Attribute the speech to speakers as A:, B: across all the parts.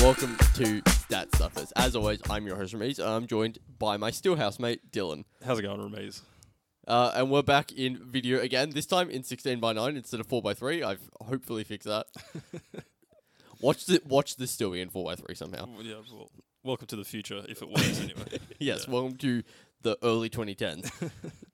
A: welcome to Stat Stuffers. As always, I'm your host Ramiz, and I'm joined by my still housemate Dylan.
B: How's it going, Ramiz?
A: Uh, and we're back in video again. This time in 16 by 9 instead of 4 by 3. I've hopefully fixed that. watch the watch this still be in 4 by 3 somehow.
B: Well, Yeah, well, welcome to the future, if it works anyway.
A: Yes,
B: Yeah.
A: welcome to the early 2010s.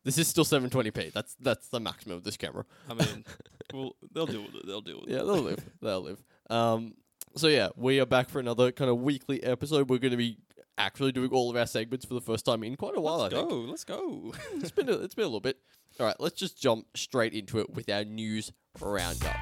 A: this is still 720p. That's that's the maximum of this camera.
B: I mean, well, they'll deal with it. They'll deal with
A: Yeah,
B: it.
A: they'll live. they'll live. Um, so yeah, we are back for another kind of weekly episode. We're going to be actually doing all of our segments for the first time in quite a while.
B: Let's
A: I
B: go.
A: think
B: Let's go.
A: it's been a, it's been a little bit. All right, let's just jump straight into it with our news roundup.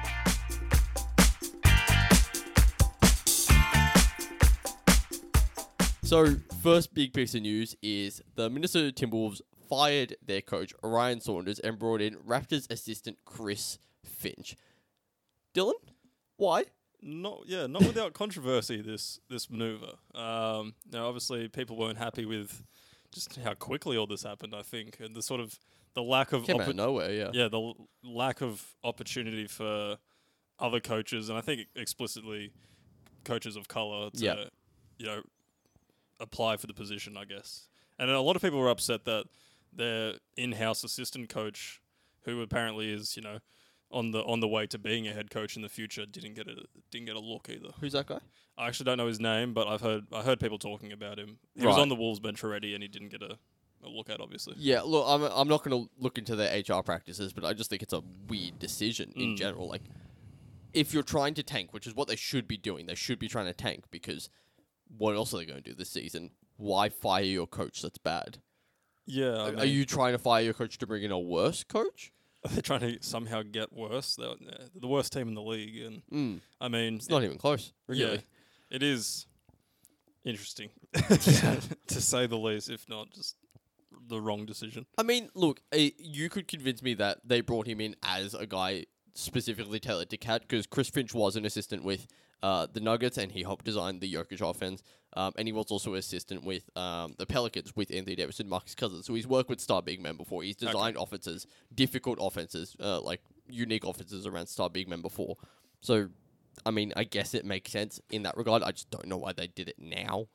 A: So, first big piece of news is the Minnesota Timberwolves fired their coach Ryan Saunders and brought in Raptors assistant Chris Finch. Dylan, why?
B: Not yeah, not without controversy. This this maneuver. Um, now, obviously, people weren't happy with just how quickly all this happened. I think, and the sort of the lack of
A: Came out
B: oppo-
A: of nowhere, yeah.
B: yeah, the l- lack of opportunity for other coaches, and I think explicitly coaches of color to,
A: Yeah.
B: you know, apply for the position, I guess. And a lot of people were upset that their in-house assistant coach, who apparently is, you know, on the on the way to being a head coach in the future, didn't get a didn't get a look either.
A: Who's that guy?
B: I actually don't know his name, but I've heard I heard people talking about him. He was
A: Right.
B: on the Wolves bench already, and he didn't get a, a look at, obviously.
A: Yeah, look, I'm I'm not going to look into their HR practices, but I just think it's a weird decision in
B: Mm.
A: general. Like, if you're trying to tank, which is what they should be doing, they should be trying to tank because what else are they going to do this season? Why fire your coach? That's bad.
B: Yeah, I
A: Are- are
B: mean-
A: you trying to fire your coach to bring in a worse coach?
B: they're trying to somehow get worse. They're uh, the worst team in the league, and
A: Mm,
B: I mean,
A: it's not even close, really.
B: yeah, it is interesting to say the least. If not, just the wrong decision.
A: I mean, look, eh, you could convince me that they brought him in as a guy specifically tailored to Cat because Chris Finch was an assistant with uh, the Nuggets and he helped design the Jokic offense. Um, and he was also an assistant with um, the Pelicans with Anthony Davis and Marcus Cousins. So he's worked with star big men before. He's designed offenses, difficult offenses, uh, like unique offenses around star big men before. So, I mean, I guess it makes sense in that regard. I just don't know why they did it now.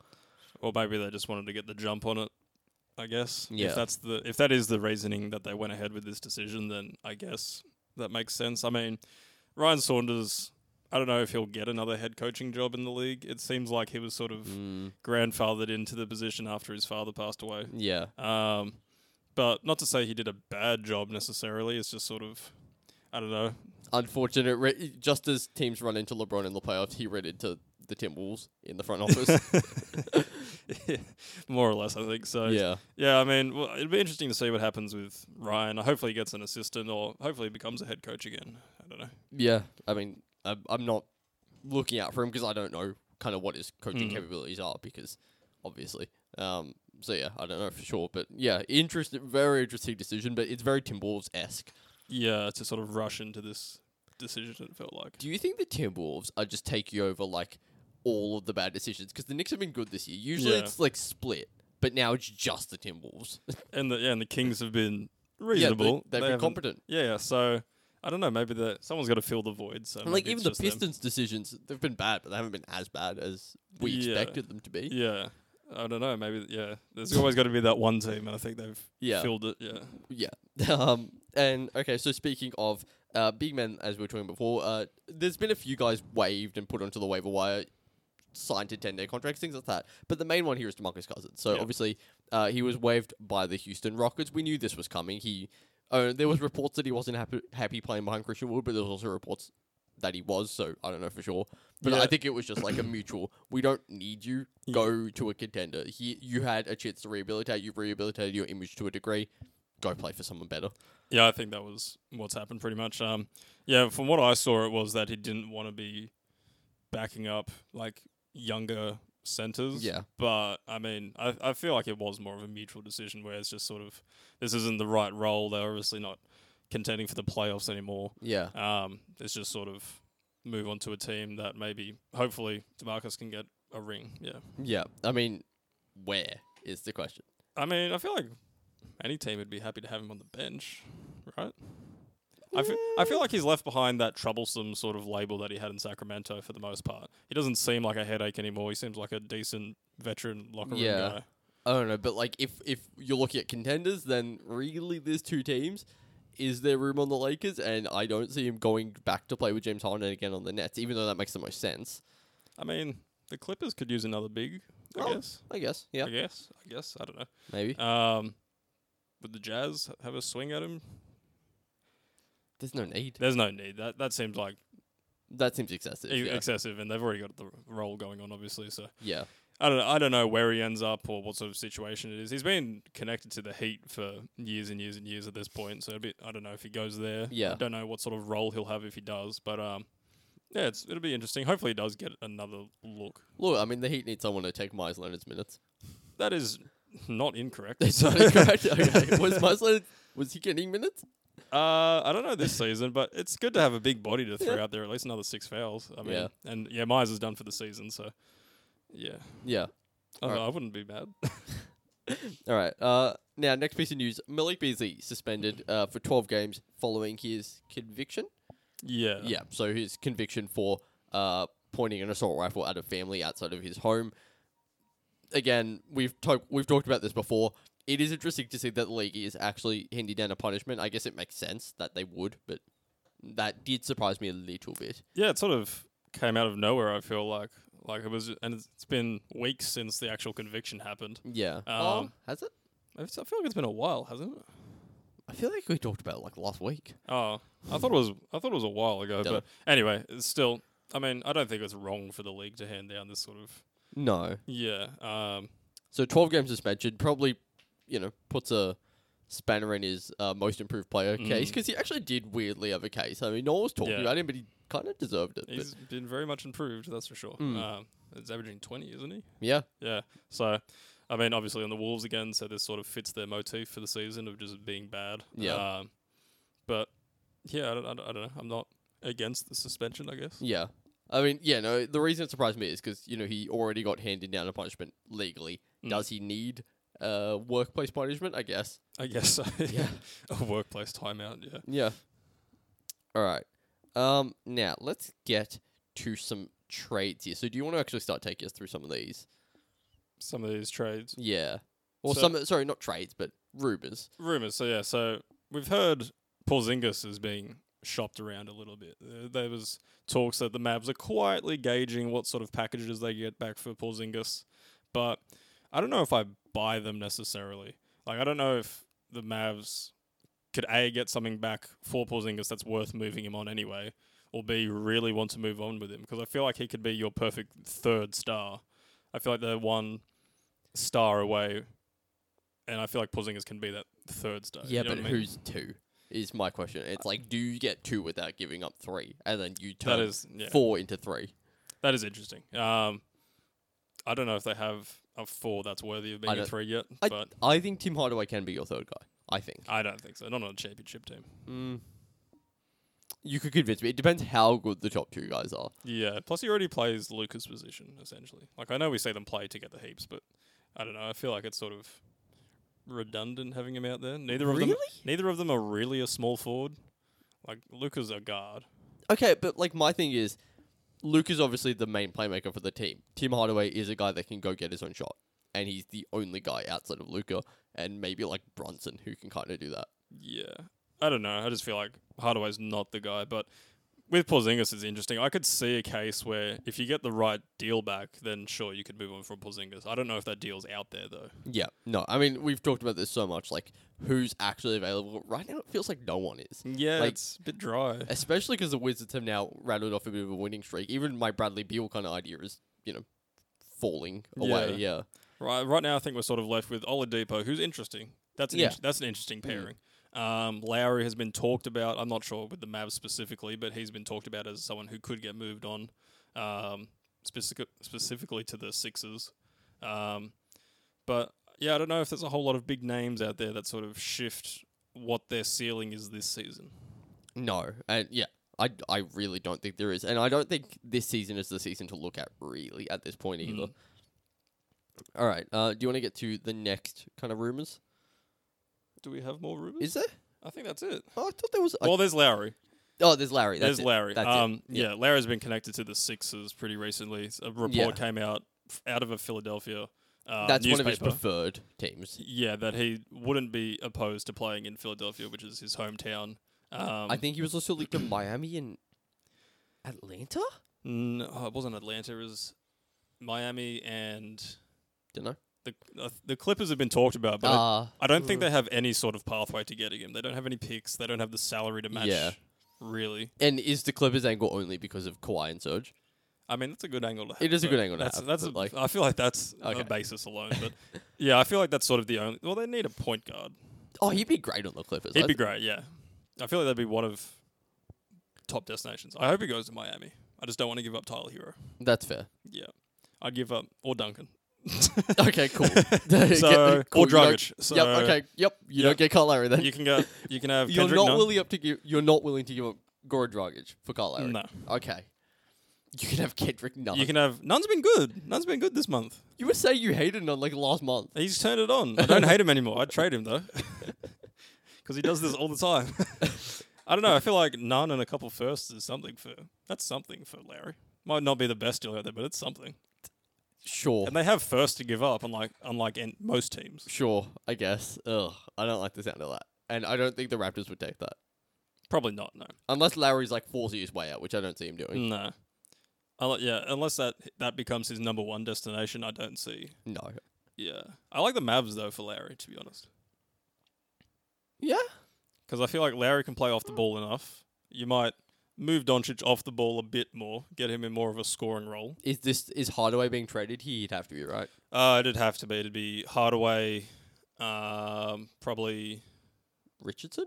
B: Or maybe they just wanted to get the jump on it. I guess.
A: Yeah.
B: If that's the if that is the reasoning that they went ahead with this decision, then I guess that makes sense. I mean, Ryan Saunders. I don't know if he'll get another head coaching job in the league. It seems like he was sort of
A: Mm.
B: grandfathered into the position after his father passed away.
A: Yeah.
B: Um, but not to say he did a bad job necessarily. It's just sort of, I don't know.
A: unfortunate. Re- just as teams run into LeBron in the playoffs, he ran into the Timberwolves in the front office.
B: More or less, I think so.
A: yeah,
B: Yeah, I mean, well, it'd be interesting to see what happens with Ryan. Hopefully, he gets an assistant, or hopefully, he becomes a head coach again. I don't know.
A: yeah. I mean, I'm, I'm not looking out for him because I don't know kind of what his coaching
B: Mhm.
A: capabilities are because obviously. Um, so yeah, I don't know for sure, but yeah, interesting, very interesting decision, but it's very Timberwolves esque.
B: Yeah, to sort of rush into this decision, it felt like.
A: Do you think the Timberwolves are just taking over like all of the bad decisions? Because the Knicks have been good this year. Usually
B: Yeah.
A: it's like split, but now it's just the Timberwolves.
B: And the yeah, and the Kings have been
A: yeah, they,
B: reasonable.
A: they've been
B: haven't-
A: competent.
B: Yeah, so I don't know. Maybe the someone's got to fill the void. So
A: And like
B: maybe
A: even
B: it's
A: the
B: just them.
A: Pistons' decisions, they've been bad, but they haven't been as bad as we
B: Yeah.
A: expected them to be.
B: Yeah. I don't know. Maybe yeah. There's always got to be that one team, and I think they've
A: Yeah.
B: filled it. Yeah.
A: Yeah. Um, and okay, so speaking of uh, big men, as we were talking before, uh, there's been a few guys waived and put onto the waiver wire, signed to 10 day contracts, things like that. But the main one here is Demarcus Cousins. So
B: Yeah.
A: obviously, uh, he was waived by the Houston Rockets. We knew this was coming. He, uh, there was reports that he wasn't happy, happy playing behind Christian Wood, but there was also reports that he was. So I don't know for sure, but I
B: Yeah.
A: think it was just like a mutual. We don't need you. Go to a contender. He, you had a chance to rehabilitate. You've rehabilitated your image to a degree. Go play for someone better.
B: Yeah, I think that was what's happened pretty much. Um, yeah, from what I saw, it was that he didn't want to be backing up like younger centers.
A: Yeah.
B: But I mean, I I feel like it was more of a mutual decision where it's just sort of this isn't the right role. They're obviously not contending for the playoffs anymore.
A: Yeah.
B: Um, it's just sort of move on to a team that maybe hopefully Demarcus can get a ring. Yeah.
A: Yeah. I mean, where is the question?
B: I mean, I feel like any team would be happy to have him on the bench, right? I feel, I feel like he's left behind that troublesome sort of label that he had in Sacramento for the most part. He doesn't seem like a headache anymore. He seems like a decent veteran locker room
A: Yeah.
B: guy.
A: I don't know, but like if if you're looking at contenders, then really there's two teams. Is there room on the Lakers? And I don't see him going back to play with James Harden again on the Nets, even though that makes the most sense.
B: I mean, the Clippers could use another big, I
A: Oh,
B: guess.
A: I guess, yeah,
B: I guess. I guess. I don't know.
A: maybe.
B: Um, would the Jazz have a swing at him?
A: There's no need.
B: There's no need. That that seems like
A: That seems excessive.
B: e-
A: Yeah.
B: excessive, and they've already got the role going on, obviously. So
A: yeah,
B: I don't know. I don't know where he ends up or what sort of situation it is. He's been connected to the Heat for years and years and years at this point. So it'd be, I don't know if he goes there.
A: Yeah.
B: I don't know what sort of role he'll have if he does. But um, yeah, it's it'll be interesting. Hopefully, he does get another look.
A: Look, I mean, the Heat need someone to take Myers Leonard's minutes.
B: That is not incorrect.
A: That's not correct. Okay. Was Myers Leonard was he getting minutes?
B: Uh, I don't know this season, but it's good to have a big body to throw out there. At least another six fouls. I mean,
A: Yeah.
B: and yeah, Myers is done for the season, so yeah,
A: Yeah.
B: I, don't
A: Alright.
B: know, I wouldn't be mad.
A: All right. Uh, now, next piece of news: Malik Beasley suspended uh, for 12 games following his conviction.
B: yeah,
A: Yeah. So his conviction for uh, pointing an assault rifle at a family outside of his home. Again, we've talked we've talked about this before. It is interesting to see that the league is actually handing down a punishment. I guess it makes sense that they would, but that did surprise me a little bit.
B: yeah. It sort of came out of nowhere. I feel like like it was, and it's it's been weeks since the actual conviction happened.
A: Yeah.
B: Um,
A: has it?
B: It's, I feel like it's been a while, hasn't it?
A: I feel like we talked about it like last week.
B: Oh, I thought it was. I thought it was a while ago.
A: Dunno.
B: But anyway, it's still. I mean, I don't think it's wrong for the league to hand down this sort of.
A: No.
B: Yeah. Um.
A: So 12 game suspension probably, you know, puts a spanner in his uh, most improved player case 'cause case
B: Mm.
A: because he actually did weirdly have a case. I mean, no one was talking
B: Yeah.
A: about him, but he kind of deserved it. but-
B: He's been very much improved, that's for sure.
A: Mm.
B: Um, it's averaging 20, isn't he?
A: yeah.
B: Yeah. So, I mean, obviously on the Wolves again, so this sort of fits their motif for the season of just being bad.
A: Yeah.
B: Um, but, yeah, I don't, I, don't, I don't know. I'm not against the suspension, I guess.
A: Yeah. I mean, yeah, no, the reason it surprised me is because, you know, he already got handed down a punishment legally.
B: Mm.
A: Does he need uh, workplace punishment? I guess.
B: I guess so.
A: Yeah.
B: A workplace timeout, yeah.
A: Yeah. All right. Um, now, let's get to some trades here. So, do you want to actually start taking us through some of these?
B: Some of these trades.
A: Yeah. Or
B: So-
A: some, sorry, not trades, but rumors.
B: Rumors. So, yeah, so we've heard Porzingis is being shopped around a little bit. Uh, There was talks that the Mavs are quietly gauging what sort of packages they get back for Porzingis, but I don't know if I buy them necessarily. Like I don't know if the Mavs could a get something back for Porzingis that's worth moving him on anyway, or b really want to move on with him because I feel like he could be your perfect third star. I feel like they're one star away, and I feel like Porzingis can be that third star.
A: Yeah,
B: You know
A: but
B: what I mean?
A: who's two? Is my question. It's like, do you get two without giving up three, and then you
B: that
A: turn
B: is yeah.
A: four into three?
B: That is interesting. Um, I don't know if they have a four that's worthy of
A: I
B: being a
A: don't-
B: three yet,
A: I,
B: but
A: I think Tim Hardaway can be your third guy. I think.
B: I don't think so. Not on a championship team.
A: Mm. You could convince me. It depends how good the top two guys are.
B: Yeah. Plus, he already plays Luca's position essentially. Like I know we see them play together heaps, but I don't know. I feel like it's sort of redundant having him out there. Neither of them. Neither of them are really a small forward. Like Luca's a guard.
A: Okay, but like my thing is, Luke is obviously the main playmaker for the team. Tim Hardaway is a guy that can go get his own shot, and he's the only guy outside of Luca and maybe like Brunson who can kind of do that.
B: Yeah. I don't know. I just feel like Hardaway's not the guy, but with Porzingis it's interesting. I could see a case where if you get the right deal back, then sure you could move on from Porzingis. I don't know if that deal's out there though.
A: Yeah. No, I mean we've talked about this so much. Like who's actually available right now? It feels like no one is.
B: Yeah,
A: Like-
B: it's a bit dry.
A: especially because the Wizards have now rattled off a bit of a winning streak. Even my Bradley Beal kind of idea is, you know, falling away. Yeah,
B: Right, right now I think we're sort of left with Oladipo, who's interesting. That's an
A: Yeah. Mm-hmm.
B: int- that's an interesting pairing. Um, Lowry has been talked about. I'm not sure with the Mavs specifically, but he's been talked about as someone who could get moved on, um, specific- specifically to the Sixers. Um, but yeah, I don't know if there's a whole lot of big names out there that sort of shift what their ceiling is this season.
A: no, and yeah, I, I really don't think there is, and I don't think this season is the season to look at really at this point either.
B: Mm.
A: All right, uh, do you want to get to the next kind of rumors?
B: Do we have more rumors?
A: Is there?
B: I think that's it.
A: Oh, I thought there was.
B: Well, there's Lowry.
A: oh, there's Larry. That's
B: There's
A: it.
B: Larry.
A: That's it.
B: um, yeah. Larry's been connected to the Sixers pretty recently. A report
A: Yeah.
B: came out f- out of a Philadelphia uh,
A: That's one of
B: newspaper.
A: his preferred teams.
B: yeah, that he wouldn't be opposed to playing in Philadelphia, which is his hometown. Um,
A: I think he was also linked to Miami and Atlanta.
B: n- oh, it wasn't Atlanta. It was Miami and
A: Don't know.
B: the uh, the Clippers have been talked about, but I-
A: Uh,
B: I don't think they have any sort of pathway to getting him. They don't have any picks. They don't have the salary to match.
A: Yeah.
B: Really.
A: and is the Clippers angle only because of Kawhi and Serge?
B: I mean, that's a good angle to have.
A: It is a
B: but
A: good angle to
B: that's,
A: have,
B: That's
A: but,
B: a,
A: like-
B: I feel like that's
A: Okay.
B: a basis alone. But yeah, I feel like that's sort of the only. Well, they need a point guard.
A: Oh, he'd be great on the Clippers.
B: He'd
A: I
B: be
A: th-
B: great. Yeah, I feel like that'd be one of top destinations. I hope he goes to Miami. I just don't want to give up Tyler Hero.
A: That's fair.
B: Yeah, I'd give up or Duncan.
A: Okay, cool.
B: So or
A: you don't-
B: Dragic. So
A: yep. Okay. Yep. You
B: Yep.
A: don't get Kyle Lowry then.
B: You can go. You can have.
A: You're
B: Kendrick
A: not
B: Nunn.
A: willing up to give. You're not willing to give up Goran Dragic for Kyle Lowry.
B: No.
A: Okay. You can have Kendrick Nunn.
B: You
A: You,
B: can have. Nunn's been good. Nunn's been good this month.
A: were saying you hated Nunn like last month.
B: He's turned it on. I don't hate him anymore. I'd trade him though, because he does this all the time. I don't know. I feel like none and a couple firsts is something for. That's something for Larry. Might not be the best deal out there, but it's something.
A: Sure.
B: And they have first to give up, unlike unlike en- most teams.
A: Sure. I guess. Ugh. I don't like the sound of that, and I don't think the Raptors would take that
B: Probably not. No.
A: unless Lowry's like forcing his way out, which I don't see him doing.
B: No. Unle- yeah, unless that that becomes his number one destination, I don't see.
A: No.
B: Yeah, I like the Mavs though for Larry, to be honest,
A: Yeah.
B: because I feel like Larry can play off the ball enough. You might move Doncic off the ball a bit more, get him in more of a scoring role.
A: Is this is Hardaway being traded? He'd have to be right.
B: Uh, it'd have to be. It'd be Hardaway, um, probably.
A: Richardson.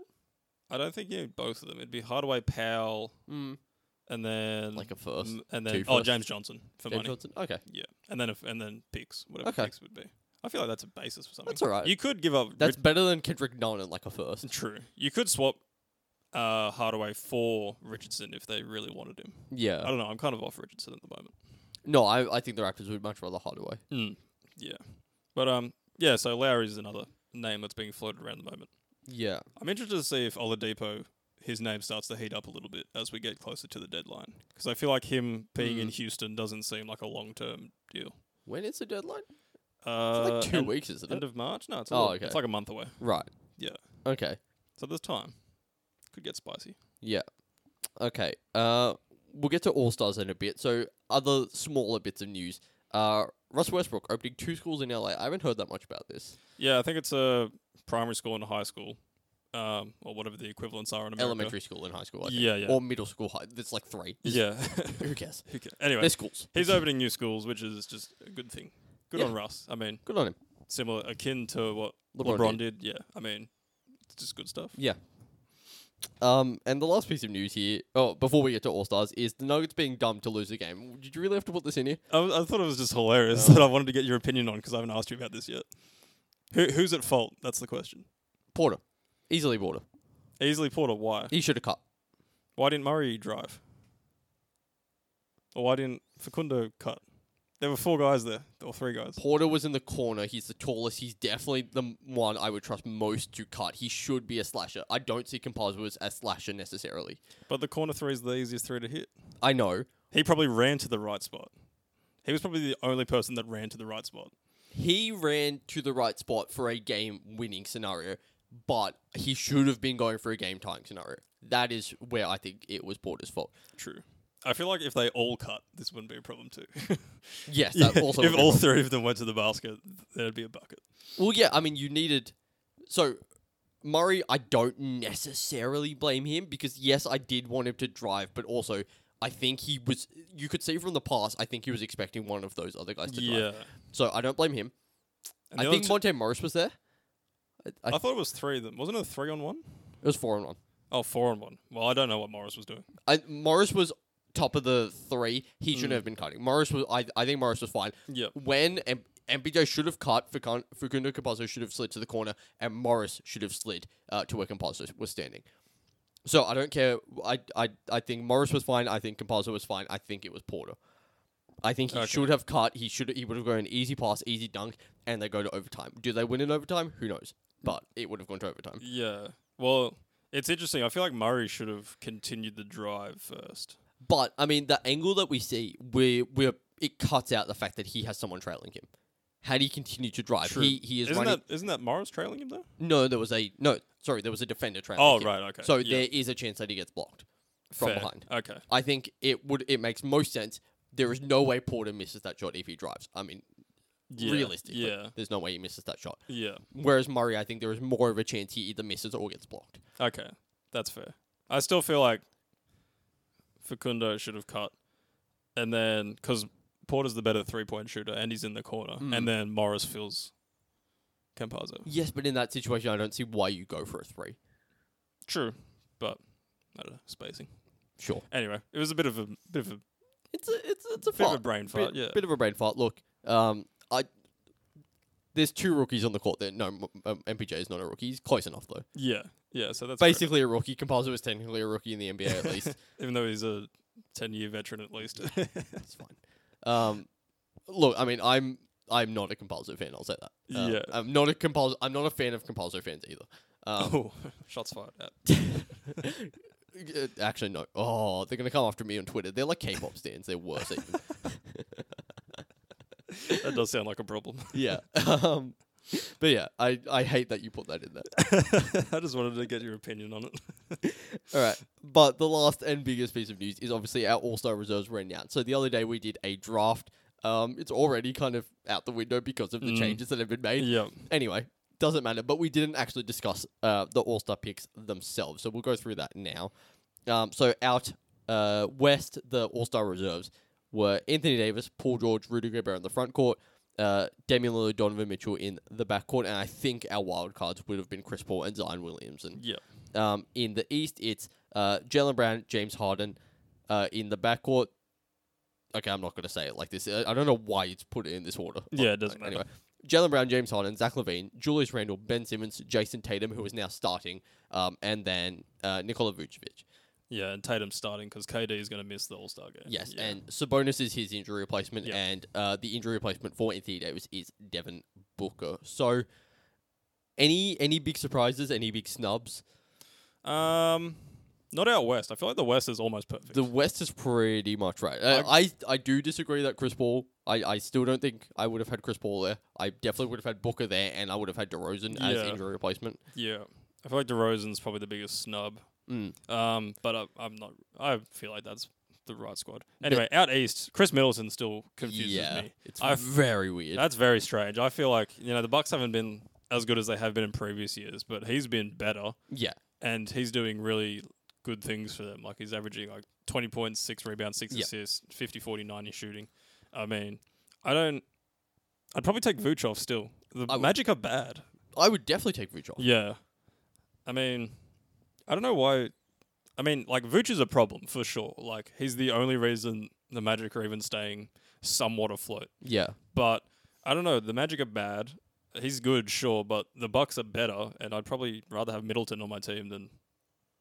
B: I don't think you need both of them. It'd be Hardaway, Powell,
A: Mm.
B: and then
A: Like a first.
B: m- and then
A: two
B: oh
A: firsts.
B: James Johnson for
A: James
B: money.
A: Johnson? Okay.
B: Yeah, and then if, and then picks whatever
A: Okay.
B: picks would be. I feel like that's a basis for something.
A: That's all right.
B: You could give up.
A: That's better than Kendrick Nunn at like a first.
B: Rich- true. You could swap uh, Hardaway for Richardson if they really wanted him.
A: Yeah.
B: I don't know. I'm kind of off Richardson at the moment.
A: No, I, I think the Raptors would much rather Hardaway.
B: Mm. Yeah, but um, yeah. So Lowry's another name that's being floated around at the moment.
A: Yeah.
B: I'm interested to see if Oladipo, his name starts to heat up a little bit as we get closer to the deadline. Because I feel like him being in
A: Mm.
B: Houston doesn't seem like a long term deal.
A: When is the deadline?
B: Uh,
A: It's like two
B: end,
A: weeks, isn't
B: End
A: it?
B: of March? No, it's, a
A: Oh,
B: little,
A: okay.
B: it's like a month away.
A: Right.
B: Yeah.
A: Okay.
B: So there's time. Could get spicy.
A: Yeah. Okay. Uh, we'll get to All Stars in a bit. So other smaller bits of news. Uh, Russ Westbrook opening two schools in LA. I haven't heard that much about this.
B: Yeah, I think it's a primary school and a high school, um, or whatever the equivalents are in America.
A: Elementary school and high school. I think.
B: Yeah, yeah.
A: Or middle school. High. There's like three. There's-
B: Yeah.
A: Who cares?
B: Who ca- anyway,
A: They're schools.
B: he's opening new schools, which is just a good thing. Good
A: Yeah.
B: on Russ. I mean,
A: Good on him.
B: similar, akin to what
A: LeBron
B: LeBron,
A: did.
B: did. Yeah. I mean, it's just good stuff.
A: Yeah. Um, and the last piece of news here, oh, before we get to All Stars, is the Nuggets being dumb to lose a game. Did you really have to put this in here?
B: I, was- I thought it was just hilarious that I wanted to get your opinion on because I haven't asked you about this yet. Who, who's at fault? That's the question.
A: Porter, easily Porter.
B: Easily Porter, why?
A: He should have cut.
B: Why didn't Murray drive? Or why didn't Facundo cut? There were four guys there, or three guys.
A: Porter was in the corner. He's the tallest. He's definitely the m- one I would trust most to cut. He should be a slasher. I don't see Composite as a slasher necessarily.
B: But the corner three is the easiest three to hit.
A: I know
B: He probably ran to the right spot. He was probably the only person that ran to the right spot.
A: he ran to the right spot for a game-winning scenario, but he should have been going for a game-tying scenario. That is where I think it was Porter's fault.
B: True. I feel like if they all cut, this wouldn't be a problem too.
A: Yes,
B: Yeah,
A: that also would
B: if
A: be
B: all
A: wrong.
B: three of them went to the basket, there'd be a bucket.
A: Well, yeah, I mean, you needed. So, Murray, I don't necessarily blame him because, yes, I did want him to drive, but also, I think he was. You could see from the pass, I think he was expecting one of those other guys to drive. So, I don't blame him.
B: And the
A: I
B: other
A: think
B: two-
A: Monte Morris was there. I, I,
B: I thought it was three of them. Wasn't it a three on one?
A: it was 4 and 1.
B: Oh, four on one. Well, I don't know what Morris was doing.
A: I, Morris was top of the three. He shouldn't have been cutting. Morris was. I, I think Morris was fine.
B: Yep.
A: When M- MPJ should have cut, Facun- Facundo Capazzo should have slid to the corner, and Morris should have slid uh, to where Capazzo was standing. So I don't care. I, I I think Morris was fine. I think Capazzo was fine. I think it was Porter. I think he
B: Okay.
A: should have cut. He should. He would have gone an easy pass, easy dunk, and they go to overtime. Do they win in overtime? Who knows? But it would have gone to overtime.
B: Yeah. Well, It's interesting. I feel like Murray should have continued the drive first.
A: But I mean, the angle that we see, we we it cuts out the fact that he has someone trailing him. Had he continued to drive,
B: True.
A: he he is
B: isn't
A: running.
B: that isn't that Morris trailing him though?
A: No, there was a no. Sorry, there was a defender trailing.
B: Oh
A: him.
B: right, okay.
A: So
B: yeah,
A: there is a chance that he gets blocked from
B: fair.
A: behind.
B: Okay,
A: I think it would it makes most sense. There is no way Porter misses that shot if he drives. I mean,
B: yeah,
A: realistically,
B: yeah,
A: there's no way he misses that shot.
B: yeah.
A: Whereas Murray, I think there is more of a chance he either misses or gets blocked.
B: Okay, that's fair. I still feel like Facundo should have cut, and then because Porter's the better three point shooter, and he's in the corner,
A: Mm.
B: and then Morris fills Campazzo.
A: Yes, but in that situation, I don't see why you go for a three.
B: True, but I don't know spacing.
A: Sure,
B: Anyway, it was a bit of a bit of a
A: it's a it's it's a
B: bit of
A: fart.
B: a brain
A: bit,
B: fart. yeah,
A: bit of a brain fart. Look, um, I there's two rookies on the court. There, no, M- um, MPJ is not a rookie. He's close enough though.
B: yeah, yeah. So that's basically,
A: Basically, a rookie. Composer is technically a rookie in the NBA at least.
B: even though he's a ten year veteran at least.
A: It's fine. Um, look, I mean, I'm I'm not a Compulso fan. I'll say that. Um,
B: Yeah.
A: I'm not a Compulso. I'm not a fan of Compulso fans either. Um,
B: oh, shots fired. At.
A: Uh, Actually, no. Oh, they're gonna come after me on Twitter. They're like K-pop stands. They're worse. even.
B: That does sound like a problem.
A: yeah. Um, but yeah, I, I hate that you put that in there.
B: I just wanted to get your opinion on it.
A: All right. But the last and biggest piece of news is obviously our All Star reserves were announced. So the other day we did a draft. Um, it's already kind of out the window because of the
B: Mm.
A: changes that have been made.
B: yeah.
A: Anyway, doesn't matter. But we didn't actually discuss uh, the All Star picks themselves, so we'll go through that now. Um, so out uh, west, the All Star reserves were Anthony Davis, Paul George, Rudy Gobert in the front court, uh, Damian Lillard, Donovan Mitchell in the back court, and I think our wild cards would have been Chris Paul and Zion Williamson.
B: Yeah.
A: Um, in the East, it's uh, Jalen Brown, James Harden. Uh, in the backcourt, okay, I'm not going to say it like this. I I don't know why it's put it in this order.
B: Yeah, it doesn't matter.
A: Anyway, Jalen Brown, James Harden, Zach Levine, Julius Randle, Ben Simmons, Jason Tatum, who is now starting, um, and then uh, Nikola Vucevic.
B: Yeah, and Tatum's starting because KD is going to miss the All Star game.
A: Yes,
B: yeah.
A: and Sabonis is his injury replacement,
B: Yeah.
A: and uh, the injury replacement for Anthony Davis is Devin Booker. So, any any big surprises? Any big snubs?
B: um, not out west. I feel like the West is almost perfect.
A: The West is pretty much right. Uh, I, I do disagree that Chris Paul. I, I still don't think I would have had Chris Paul there. I definitely would have had Booker there, and I would have had DeRozan as
B: Yeah.
A: injury replacement.
B: yeah, I feel like DeRozan's probably the biggest snub.
A: Mm.
B: Um, but I, I'm not. I feel like that's the right squad. Anyway, out east, Chris Middleton still confuses
A: yeah,
B: me.
A: it's
B: I f-
A: very weird.
B: That's very strange. I feel like you know the Bucks haven't been as good as they have been in previous years, but he's been better.
A: yeah,
B: and he's doing really good things for them. Like he's averaging like 20 points, six rebounds, six
A: Yep.
B: assists, 50, 40, 90 shooting. I mean, I don't. I'd probably take Vuchov still. The
A: I would.
B: Magic are bad.
A: I would definitely take Vucevic.
B: Yeah. I mean, I don't know why. I mean, like Vuch is a problem for sure. Like he's the only reason the Magic are even staying somewhat afloat.
A: Yeah,
B: But I don't know. The Magic are bad. He's good, sure, but the Bucks are better, and I'd probably rather have Middleton on my team than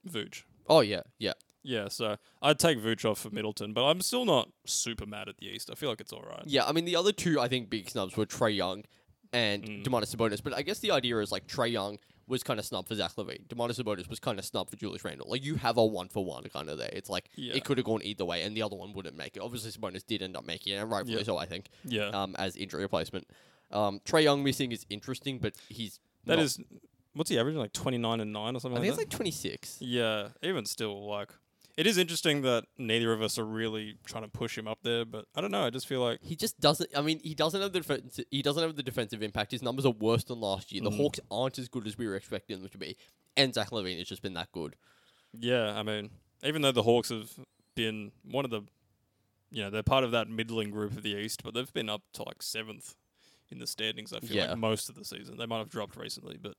B: Vooch.
A: Oh yeah, yeah.
B: Yeah, so I'd take Vuchov for Middleton, but I'm still not super mad at the East. I feel like it's all right.
A: Yeah, I mean the other two I think big snubs were Trey Young and
B: Mm.
A: Demonis Sabonis. But I guess the idea is like Trey Young was kind of snubbed for Zach Levine. Demonis Sabonis was kind of snubbed for Julius Randle. Like you have a one for one kind of there. It's like
B: Yeah.
A: it could have gone either way, and the other one wouldn't make it. Obviously Sabonis did end up making it, and rightfully
B: Yeah.
A: so, I think,
B: Yeah,
A: um, as injury replacement. Um, Trey Young missing is interesting, but he's
B: that
A: not-
B: is. What's he averaging? Like 29 and 9 or something
A: I
B: like
A: think it's like
B: that?
A: twenty six.
B: yeah, even still, like. It is interesting that neither of us are really trying to push him up there, but I don't know. I just feel like.
A: He just doesn't. I mean, he doesn't have the defense, he doesn't have the defensive impact. His numbers are worse than last year. The
B: Mm.
A: Hawks aren't as good as we were expecting them to be, and Zach Levine has just been that good.
B: Yeah, I mean, even though the Hawks have been one of the. You know, they're part of that middling group of the East, but they've been up to like seventh in the standings, I feel
A: Yeah.
B: like, most of the season. They might have dropped recently, but.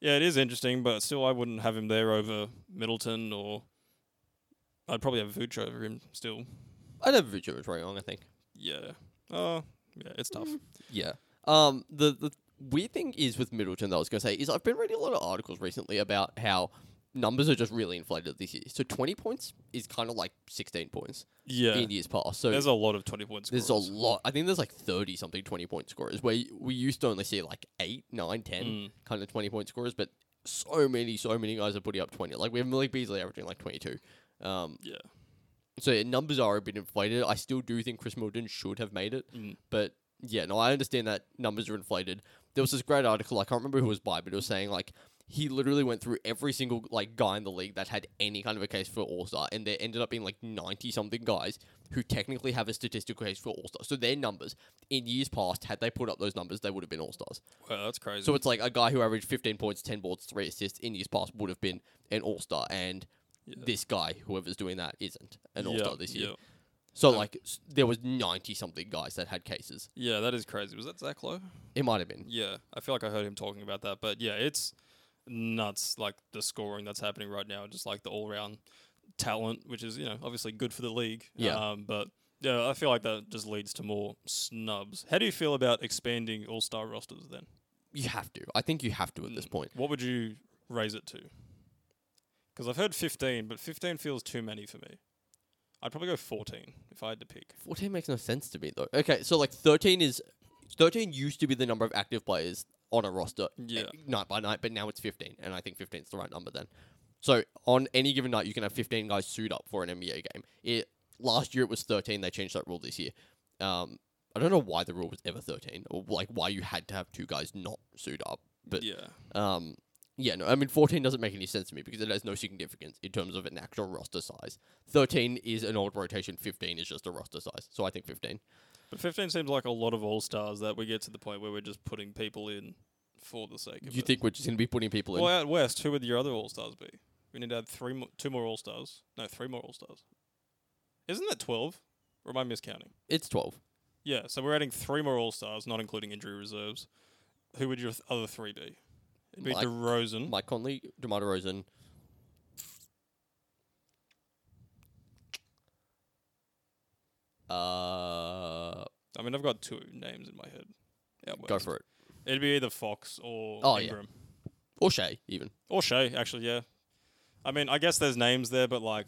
B: Yeah, it is interesting, but still, I wouldn't have him there over Middleton or. I'd probably have Vooch over him still.
A: I'd have Vucevic was very wrong. I think.
B: Yeah. Oh, yeah, it's tough.
A: Yeah. Um. The the weird thing is with Middleton, though, I was gonna say is I've been reading a lot of articles recently about how numbers are just really inflated this year. So twenty points is kind of like sixteen points
B: Yeah.
A: in years past. So
B: There's a lot of 20 points.
A: there's a lot. I think there's like thirty something twenty point scorers where y- we used to only see like eight, nine, ten
B: Mm.
A: kind of twenty point scorers, but so many, so many guys are putting up 20. Like, we have Malik Beasley averaging like 22. Um,
B: Yeah.
A: so yeah, numbers are a bit inflated. I still do think Chris Milton should have made it,
B: Mm.
A: but yeah, no, I understand that numbers are inflated. There was this great article I can't remember who it was by, but it was saying like he literally went through every single like guy in the league that had any kind of a case for All Star, and there ended up being like ninety something guys who technically have a statistical case for All Star. So their numbers in years past, had they put up those numbers, they would have been All Stars.
B: Wow, that's crazy.
A: So it's like a guy who averaged 15 points, 10 boards, 3 assists in years past would have been an all star. And
B: Yeah.
A: this guy, whoever's doing that, isn't an
B: Yeah,
A: all star this year.
B: yeah.
A: So, like, s- there was 90 something guys that had cases.
B: Yeah, that is crazy. Was that Zach Lowe?
A: It might have been.
B: Yeah, I feel like I heard him talking about that, but yeah, it's nuts. Like the scoring that's happening right now, just like the all round talent, which is you know obviously good for the league.
A: Yeah.
B: Um, but yeah, I feel like that just leads to more snubs. How do you feel about expanding all star rosters then?
A: You have to. I think you have to at this point.
B: What would you raise it to? Because I've heard 15, but 15 feels too many for me. I'd probably go 14 if I had to pick.
A: 14 makes no sense to me, though. Okay, so, like, 13 is. 13 used to be the number of active players on a roster eh,
B: Yeah.
A: night by night, but now it's 15. And I think 15 is the right number then. So, on any given night, you can have 15 guys suit up for an NBA game. It Last year it was 13. They changed that rule this year. Um, I don't know why the rule was ever 13, or like why you had to have two guys not suit up. But
B: yeah.
A: Um, yeah, no, I mean, 14 doesn't make any sense to me because it has no significance in terms of an actual roster size. 13 is an old rotation, 15 is just a roster size. So I think 15.
B: But 15 seems like a lot of all stars that we get to the point where we're just putting people in for the sake of
A: You
B: it.
A: think we're just going to be putting people in?
B: Well, out west, who would your other all stars be? We need to add three, mo- two more all stars. No, three more all stars. Isn't that twelve? Or am I miscounting?
A: it's 12.
B: Yeah, so we're adding three more all stars, not including injury reserves. Who would your th- other three be? It'd be
A: Mike-
B: DeRozan.
A: Mike Conley, DeMar DeRozan. Uh,
B: I mean, I've got two names in my head. Out west.
A: go for it.
B: It'd be either Fox or
A: Oh, yeah.
B: Ingram
A: Or Shea, even.
B: or Shea. Actually, yeah. I mean, I guess there's names there, but like,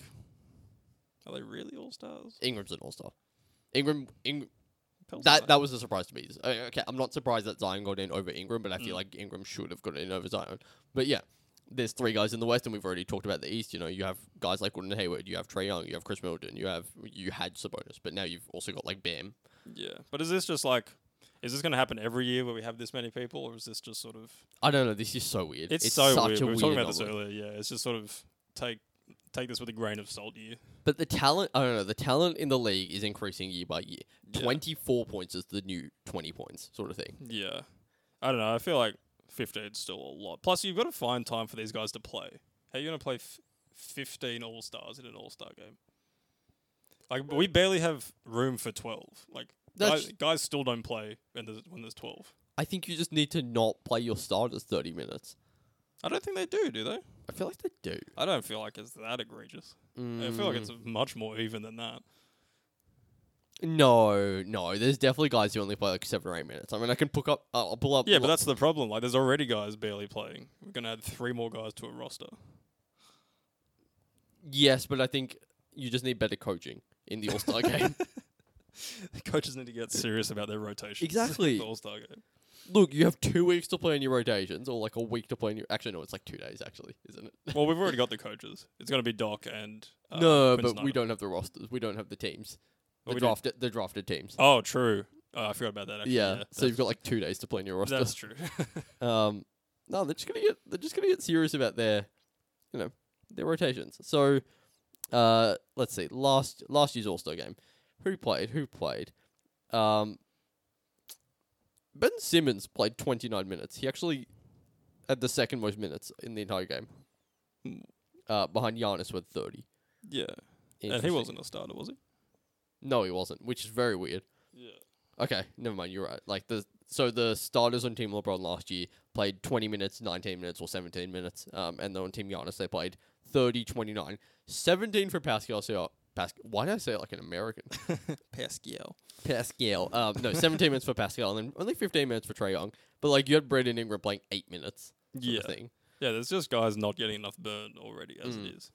B: are they really all stars?
A: Ingram's an all star. Ingram, Ing- That that was a surprise to me. Uh, Okay, I'm not surprised that Zion got in over Ingram, but I
B: Mm.
A: feel like Ingram should have gotten in over Zion. But yeah, there's three guys in the West, and we've already talked about the East. You know, you have guys like Gordon Hayward, you have Trey Young, you have Chris Middleton, you have you had Sabonis, but now you've also got like Bam.
B: Yeah, but is this just like, is this going to happen every year where we have this many people, or is this just sort of?
A: I don't know. This is so weird.
B: It's, so
A: such
B: weird.
A: a
B: We were
A: weird
B: talking about this
A: anomaly.
B: earlier. Yeah, it's just sort of take take this with a grain of salt. Year.
A: But the talent, I don't know. The talent in the league is increasing year by year.
B: Yeah.
A: Twenty four points is the new twenty points sort of thing.
B: Yeah, I don't know. I feel like fifteen's still a lot. Plus, you've got to find time for these guys to play. How are you going to play f- fifteen all stars in an all star game? Like we barely have room for twelve. Like
A: That's-
B: guys, guys still don't play when there's when there's twelve.
A: I think you just need to not play your starters thirty minutes.
B: I don't think they do, do they?
A: I feel like they do.
B: I don't feel like it's that egregious. I feel
A: Mm.
B: like it's much more even than that.
A: No, no. There's definitely guys who only play like seven or eight minutes. I mean, I can pick up. Uh, I'll pull up.
B: Yeah, but that's the problem. Like, there's already guys barely playing. We're gonna add three more guys to a roster.
A: yes, but I think you just need better coaching in the All Star game.
B: The coaches need to get serious about their rotations.
A: Exactly.
B: the All Star game.
A: Look, you have two weeks to play in your rotations, or like a week to play in your. Actually, no, it's like two days. Actually, isn't it?
B: Well, we've already got the coaches. It's gonna be Doc and uh,
A: no,
B: Quinn
A: but we
B: Snyder.
A: don't have the rosters. We don't have the teams.
B: Well,
A: The
B: Oh, we do-
A: drafted, the drafted teams.
B: Oh, true. Oh, I forgot about that. Actually.
A: yeah,
B: yeah
A: so you've got like two days to play in your
B: that's,
A: roster.
B: that's true.
A: Um, no, they're just gonna get they're just gonna get serious about their, you know, their rotations. So, uh, let's see. Last last year's All Star game, who played? Who played? Um, Ben Simmons played twenty nine minutes. He actually had the second most minutes in the entire game,
B: Hmm.
A: uh, behind Giannis with thirty.
B: yeah, and he
A: Interesting.
B: wasn't a starter, was he?
A: No, he wasn't, which is very weird.
B: Yeah.
A: Okay, never mind. You're right. Like the so the starters on Team LeBron last year played 20 minutes, 19 minutes, or 17 minutes. Um, and then on Team Giannis they played 30, 29, 17 for Pascal. So Pascal, why did I say it like an American?
B: Pascal.
A: Pascal. Um, no, 17 minutes for Pascal, and then only 15 minutes for Trey Young. But like you had Brandon Ingram playing eight minutes. sort of
B: Yeah.
A: thing.
B: Yeah, there's just guys not getting enough burn already as
A: Mm.
B: it is.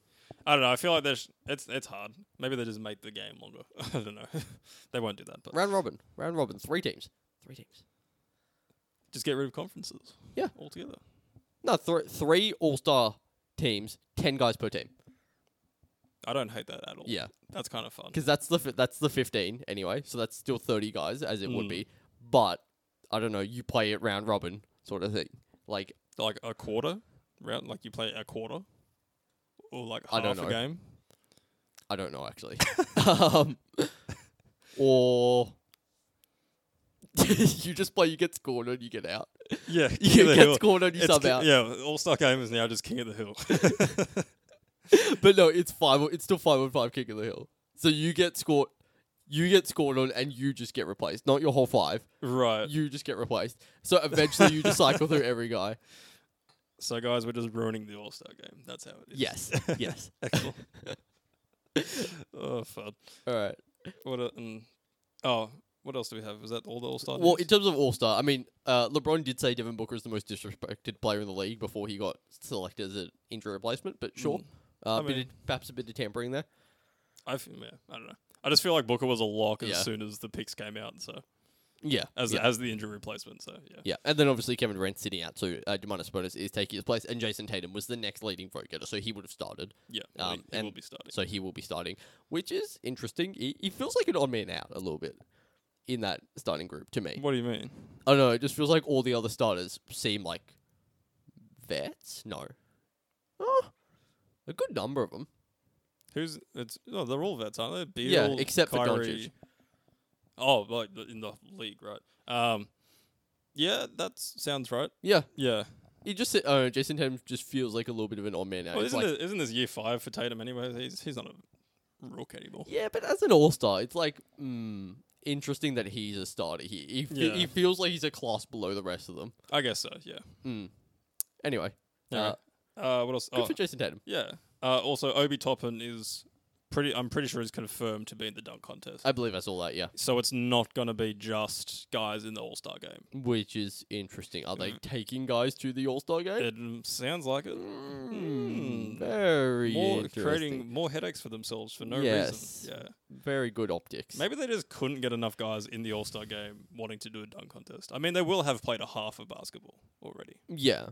B: I don't know. I feel like there's it's it's hard. Maybe they just make the game longer. I don't know. they won't do that, but
A: Round robin. Round robin. Three teams. Three teams.
B: just get rid of conferences.
A: Yeah.
B: altogether.
A: No, th- three All Star teams, ten guys per team.
B: I don't hate that at all.
A: Yeah,
B: That's kind of fun.
A: because that's the fi- that's the fifteen anyway. So that's still thirty guys as it would
B: Mm.
A: be. But I don't know. You play it round robin sort of thing. Like
B: Like a quarter round, like you play a quarter or like
A: I
B: half
A: don't
B: a
A: know.
B: game.
A: I don't know actually. um, or you just play. You get scored and you get out.
B: Yeah,
A: You
B: King of the
A: get
B: Hill.
A: scored and you
B: It's
A: sub
B: ki-
A: out.
B: Yeah, All Star Game is now just King of the Hill.
A: But no, it's five. It's still five on five King of the Hill. So you get scored. You get scored on, and you just get replaced. Not your whole five.
B: right.
A: You just get replaced. So eventually, you just cycle through every guy.
B: So, guys, we're just ruining the All Star Game. That's how it is.
A: Yes. Yes.
B: Excellent. oh, fun.
A: All right.
B: What a, mm, oh, what else do we have? Was that all the All Star?
A: Well, in terms of All Star, I mean, uh, LeBron did say Devin Booker is the most disrespected player in the league before he got selected as an injury replacement. But sure,
B: Mm.
A: uh,
B: I
A: bit
B: mean-
A: of- perhaps a bit of tampering there.
B: I feel, yeah, I don't know. I just feel like Booker was a lock as
A: Yeah.
B: soon as the picks came out. So
A: Yeah.
B: as
A: yeah.
B: as the injury replacement. So yeah.
A: yeah, and then obviously Kevin Durant's sitting out, so uh, Demonis Sabonis is taking his place, and Jason Tatum was the next leading vote getter, so he would have started.
B: Yeah,
A: Um,
B: he, he will
A: and-
B: be starting.
A: So he will be starting, which is interesting. He, he feels like an odd man out a little bit in that starting group to me.
B: What do you mean?
A: I don't know. It just feels like all the other starters seem like vets. No, oh, a good number of them.
B: Who's it's? No, they're all vets, aren't they? Beal,
A: Yeah, except for Doncic.
B: Kyrie. Oh, like the- in the league, right? Um, yeah, that sounds right.
A: Yeah,
B: Yeah.
A: he just sit- oh, Jason Tatum just feels like a little bit of an odd man out.
B: Well,
A: It's
B: isn't
A: like-
B: it, isn't this year five for Tatum anyway? He's he's not a rook anymore.
A: Yeah, but as an all star, it's like mm, interesting that he's a starter. He he, fe-
B: Yeah.
A: he feels like he's a class below the rest of them.
B: I guess so. Yeah.
A: Mm. Anyway,
B: Yeah.
A: uh,
B: Uh, what else?
A: good
B: Oh,
A: for Jason Tatum.
B: yeah. Uh, also, Obi Toppin is pretty. I'm pretty sure is confirmed to be in the dunk contest.
A: I believe I saw that. Yeah,
B: so it's not gonna be just guys in the All Star game.
A: which is interesting. Are they
B: Mm.
A: taking guys to the all star game?
B: It mm, sounds like it.
A: Mm,
B: Mm.
A: very
B: more
A: interesting.
B: creating more headaches for themselves for no
A: Yes.
B: reason. Yeah.
A: very good optics.
B: Maybe they just couldn't get enough guys in the All Star game wanting to do a dunk contest. I mean, they will have played a half of basketball already,
A: Yeah,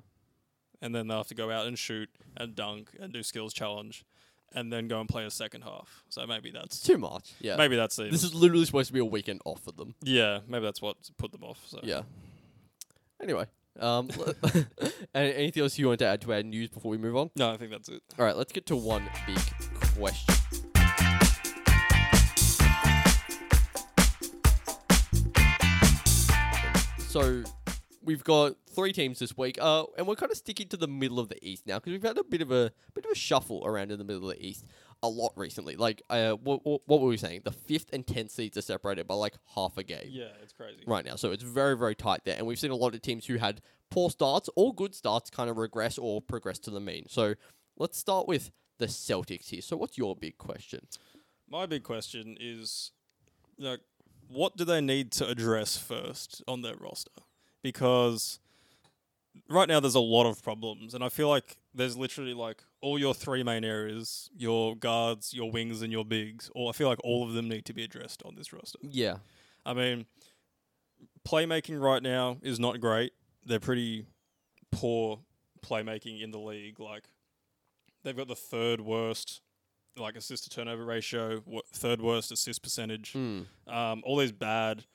B: and then they'll have to go out and shoot and dunk and do skills challenge, and then go and play a second half. So maybe
A: it's
B: that's
A: too much. Yeah,
B: maybe that's it.
A: this is literally supposed to be a weekend off for them.
B: yeah, maybe that's what put them off. So
A: Yeah. Anyway, um, and anything else you want to add to our news before we move on?
B: No, I think that's it.
A: All right, let's get to one big question. So we've got three teams this week, uh, and we're kind of sticking to the middle of the East now because we've had a bit of a bit of a shuffle around in the middle of the East a lot recently. Like, uh, what, what were we saying? The fifth and tenth seeds are separated by like half a game
B: Yeah, it's crazy.
A: right now. So it's very, very tight there. And we've seen a lot of teams who had poor starts or good starts kind of regress or progress to the mean. So let's start with the Celtics here. So what's your big question?
B: My big question is, like, what do they need to address first on their roster? Because right now there's a lot of problems, and I feel like there's literally like all your three main areas, your guards, your wings, and your bigs. All I feel like all of them need to be addressed on this roster.
A: Yeah.
B: I mean, playmaking right now is not great. They're pretty poor playmaking in the league. Like, they've got the third worst, like, assist to turnover ratio, wo- third worst assist percentage.
A: Mm.
B: Um, all these bad,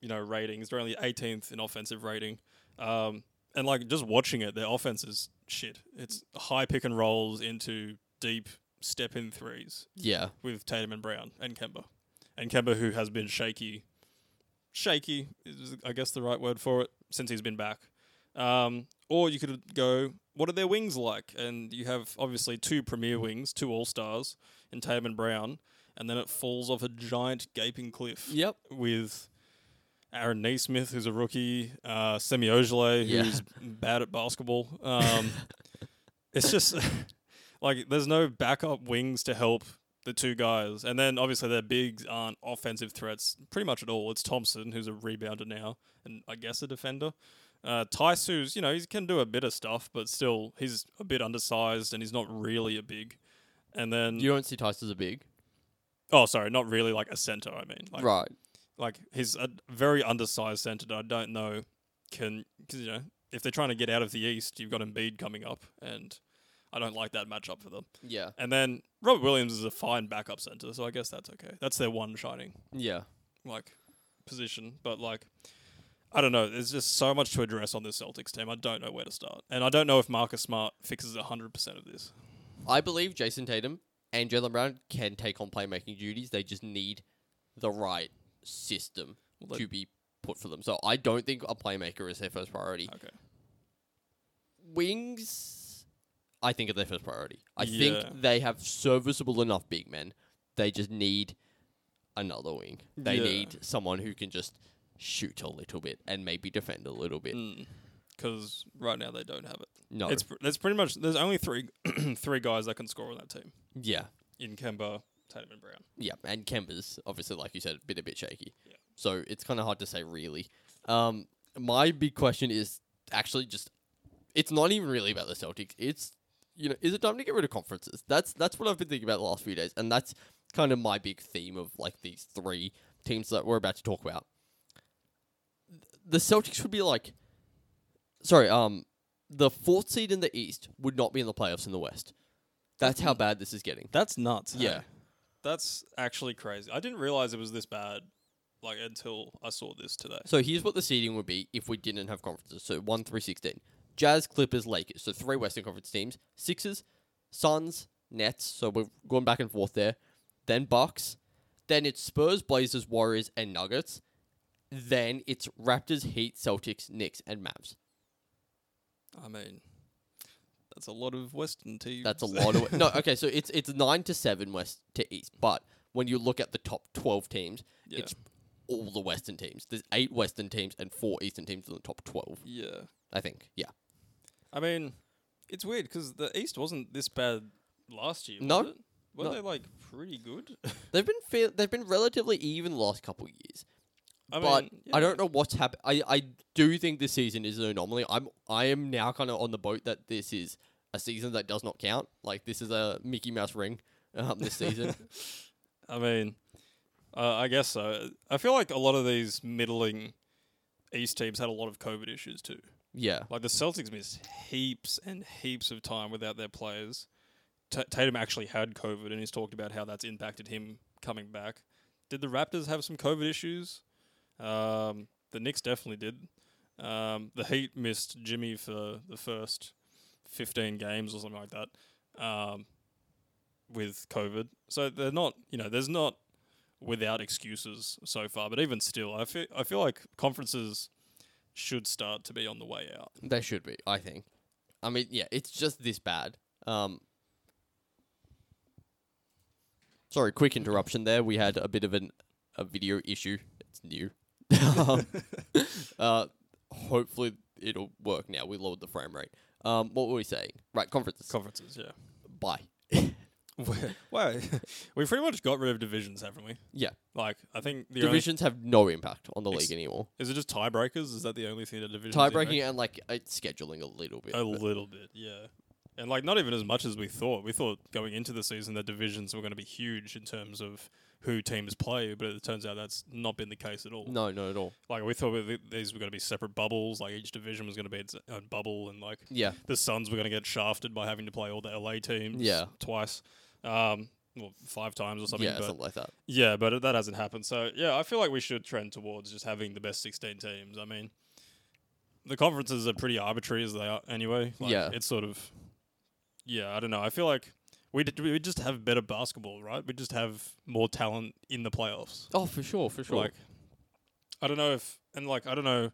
B: you know, ratings. They're only 18th in offensive rating. Um, and, like, just watching it, their offense is shit. It's high pick and rolls into deep step in threes
A: Yeah.
B: with Tatum and Brown and Kemba. And Kemba, who has been shaky, shaky is, I guess, the right word for it, since he's been back. Um, or you could go, what are their wings like? And you have obviously two premier wings, two all stars, and Tatum and Brown. And then it falls off a giant gaping cliff
A: Yep.
B: with Aaron Neesmith, who's a rookie, uh, Semi Ojeley,
A: Yeah.
B: who's bad at basketball. Um, it's just like there's no backup wings to help the two guys, and then obviously their bigs aren't offensive threats pretty much at all. It's Thompson, who's a rebounder now, and I guess a defender. Uh, Tice, who's you know he can do a bit of stuff, but still he's a bit undersized and he's not really a big. And then
A: You don't see Tice as a big.
B: oh, sorry, not really like a center. I mean, like
A: right.
B: like he's a very undersized center. that I don't know can because you know if they're trying to get out of the East, you've got Embiid coming up, and I don't like that matchup for them.
A: Yeah.
B: And then Robert Williams is a fine backup center, so I guess that's okay. That's their one shining
A: Yeah.
B: like position, but like I don't know. There's just so much to address on this Celtics team. I don't know where to start, and I don't know if Marcus Smart fixes hundred percent of this.
A: I believe Jason Tatum and Jalen Brown can take on playmaking duties. They just need the right system
B: Well, they-
A: to be put for them. So I don't think a playmaker is their first priority.
B: Okay,
A: Wings, I think, are their first priority. I
B: Yeah.
A: think they have serviceable enough big men. They just need another wing. They
B: Yeah.
A: need someone who can just shoot a little bit and maybe defend a little bit.
B: because right now they don't have it.
A: No.
B: Mm. It's pr- there's pretty much there's only three three guys that can score on that team
A: yeah.
B: in Kemba, Tatum, and Brown.
A: Yeah, and Kemba's obviously, like you said, a bit a bit shaky.
B: Yeah.
A: So it's kind of hard to say really. Um, my big question is actually just, it's not even really about the Celtics. It's you know, is it time to get rid of conferences? That's that's what I've been thinking about the last few days, and that's kind of my big theme of like these three teams that we're about to talk about. The Celtics would be like, sorry, um, the fourth seed in the East would not be in the playoffs in the West. That's how bad this is getting.
B: That's nuts.
A: Yeah.
B: that's actually crazy. I didn't realize it was this bad, like until I saw this today.
A: So here's what the seeding would be if we didn't have conferences. So 1 through 16. Jazz, Clippers, Lakers. So three Western Conference teams. Sixers, Suns, Nets. So we're going back and forth there. Then Bucks. Then it's Spurs, Blazers, Warriors, and Nuggets. Then it's Raptors, Heat, Celtics, Knicks, and Mavs.
B: I mean, that's a lot of Western teams.
A: That's a lot of no. Okay, so it's it's nine to seven West to East, but when you look at the top twelve teams,
B: Yeah.
A: it's all the Western teams. There's eight Western teams and four Eastern teams in the top twelve.
B: yeah.
A: I think, yeah.
B: I mean, it's weird because the East wasn't this bad last year. was
A: No.
B: it? were
A: No.
B: they like pretty good?
A: They've been fair, they've been relatively even the last couple of years,
B: I
A: but
B: mean,
A: I
B: yeah.
A: don't know what's happened. I, I do think this season is an anomaly. I'm I am now kind of on the boat that this is a season that does not count. Like this is a Mickey Mouse ring um, this season.
B: I mean, uh, I guess so. I feel like a lot of these middling East teams had a lot of COVID issues too.
A: yeah,
B: Like the Celtics missed heaps and heaps of time without their players. T- Tatum actually had COVID, and he's talked about how that's impacted him coming back. Did the Raptors have some COVID issues? Um, the Knicks definitely did. Um, the Heat missed Jimmy for the first 15 games or something like that um, with COVID. So they're not, you know, there's not without excuses so far. But even still, I feel I feel like conferences should start to be on the way out.
A: they should be. I think. I mean, yeah, it's just this bad. Um, sorry, quick interruption there. We had a bit of an a video issue. It's new. um, uh, hopefully it'll work now. We lowered the frame rate. Um, what were we saying? Right, conferences.
B: Conferences, yeah.
A: Bye.
B: Well, we pretty much got rid of divisions, haven't we?
A: Yeah,
B: Like, I think the only,
A: divisions have no impact on the
B: Ex-
A: league anymore.
B: is it just tiebreakers? Is that the only thing that divisions
A: Tie
B: impact?
A: breaking and like it's scheduling a little bit.
B: a
A: but-
B: little bit, yeah. And like, not even as much as we thought. We thought going into the season that divisions were going to be huge in terms of who teams play, but it turns out that's not been the case at all.
A: no, not at all.
B: Like, we thought we- these were going to be separate bubbles. Like, each division was going to be its own bubble, and like,
A: Yeah,
B: the Suns were going to get shafted by having to play all the LA teams
A: Yeah.
B: twice, um, well, five times or something.
A: yeah,
B: but
A: something like that.
B: yeah, but that hasn't happened. So yeah, I feel like we should trend towards just having the best sixteen teams. I mean, the conferences are pretty arbitrary as they are anyway. Like,
A: Yeah.
B: it's sort of yeah. I don't know. I feel like we d- we just have better basketball, right? We just have more talent in the playoffs.
A: Oh, for sure, for sure.
B: Like, I don't know if, and like, I don't know,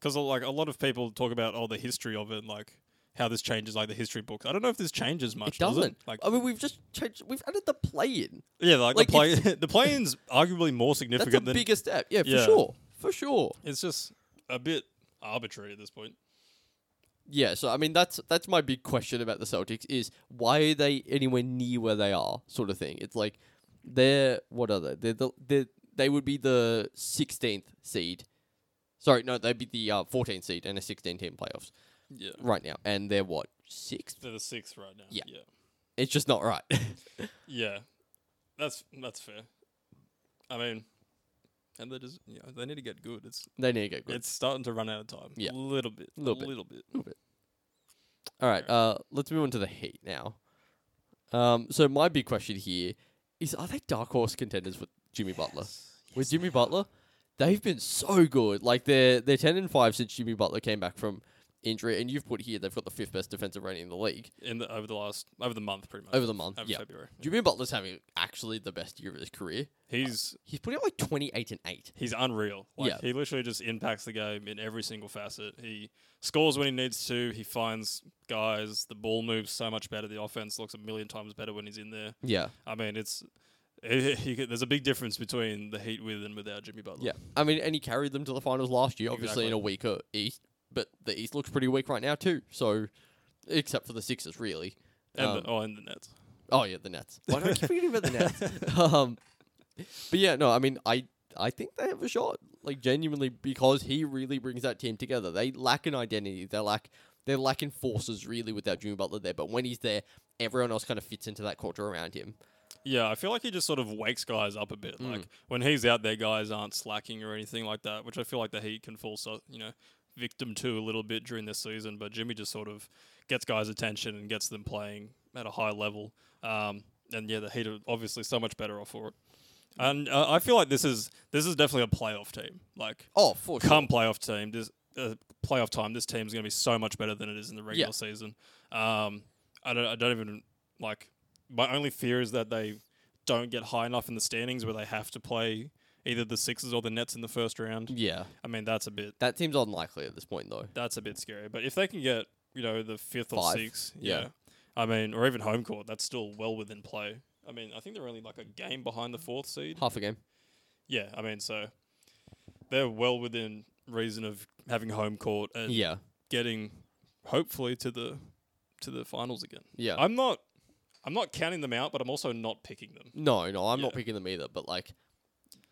B: because like a lot of people talk about all the history of it, like how this changes, like the history books. I don't know if this changes much.
A: it
B: does
A: doesn't.
B: Like,
A: I mean, we've just changed. We've added the play in.
B: yeah, like,
A: like,
B: the play, the play-in's arguably more
A: That's a
B: significant than
A: bigger step. Yeah, for
B: Yeah.
A: sure, for sure.
B: it's just a bit arbitrary at this point.
A: Yeah. So I mean, that's that's my big question about the Celtics is why are they anywhere near where they are, sort of thing. It's like they're what are they? They're the they they would be the sixteenth seed. Sorry, no, they'd be the uh, 14th seed and a 16 team playoffs
B: Yeah,
A: right now, and they're what sixth?
B: they're the sixth right now.
A: Yeah.
B: yeah,
A: It's just not right.
B: Yeah. That's that's fair. I mean, and they just you know, they need to get good. It's
A: They need to get good.
B: it's starting to run out of time.
A: Yeah.
B: a little bit, a
A: Little bit.
B: little bit.
A: All right, uh, let's move on to the Heat now. Um, so my big question here is: Are they dark horse contenders with Jimmy Butler? with Jimmy Butler, they've been so good. Like they're they're ten and five since Jimmy Butler came back from injury, and you've put here they've got the fifth best defensive rating in the league
B: In the over the last over the month, pretty much
A: over the month.
B: over
A: Yeah,
B: February,
A: Jimmy Butler's having actually the best year of his career.
B: he's
A: He's putting up like twenty eight and eight.
B: he's unreal. Like
A: Yeah.
B: he literally just impacts the game in every single facet. He scores when he needs to. He finds guys. The ball moves so much better. The offense looks a million times better when he's in there.
A: Yeah,
B: I mean, it's eh, he, could- there's a big difference between the Heat with and without Jimmy Butler.
A: yeah. I mean, and he carried them to the finals last year, obviously
B: Exactly.
A: in a weaker East, but the East looks pretty weak right now too. So, except for the Sixers, really.
B: and
A: Um,
B: the, oh, and the Nets.
A: Oh yeah, the Nets. Why do I keep forgetting about the Nets? Um, but yeah, no, I mean, I I think they have a shot, like genuinely, because he really brings that team together. They lack an identity. They lack they're lacking forces really without Jimmy Butler there. But when he's there, everyone else kind of fits into that culture around him.
B: Yeah, I feel like he just sort of wakes guys up a bit. Like when he's out there, guys aren't slacking or anything like that, which I feel like the Heat can fall, so, you know, victim to a little bit during this season. But Jimmy just sort of gets guys' attention and gets them playing at a high level. Um, and yeah, the Heat are obviously so much better off for it. And uh, I feel like this is this is definitely a playoff team. Like
A: Oh, for sure.
B: come playoff team, this uh, playoff time, this team's going to be so much better than it is in the regular
A: Yeah.
B: season. Um, I don't, I don't even like. My only fear is that they don't get high enough in the standings where they have to play either the Sixers or the Nets in the first round.
A: Yeah,
B: I mean, that's a bit
A: that seems unlikely at this point though.
B: that's a bit scary. But if they can get you know the fifth or
A: Five,
B: sixth,
A: yeah.
B: I mean, or even home court, that's still well within play. I mean, I think they're only like a game behind the fourth seed.
A: Half a game.
B: Yeah, I mean, so they're well within reason of having home court and
A: Yeah,
B: getting hopefully to the to the finals again.
A: yeah.
B: I'm not I'm not counting them out, but I'm also not picking them.
A: no, no, I'm not
B: Yeah.
A: picking them either. But like,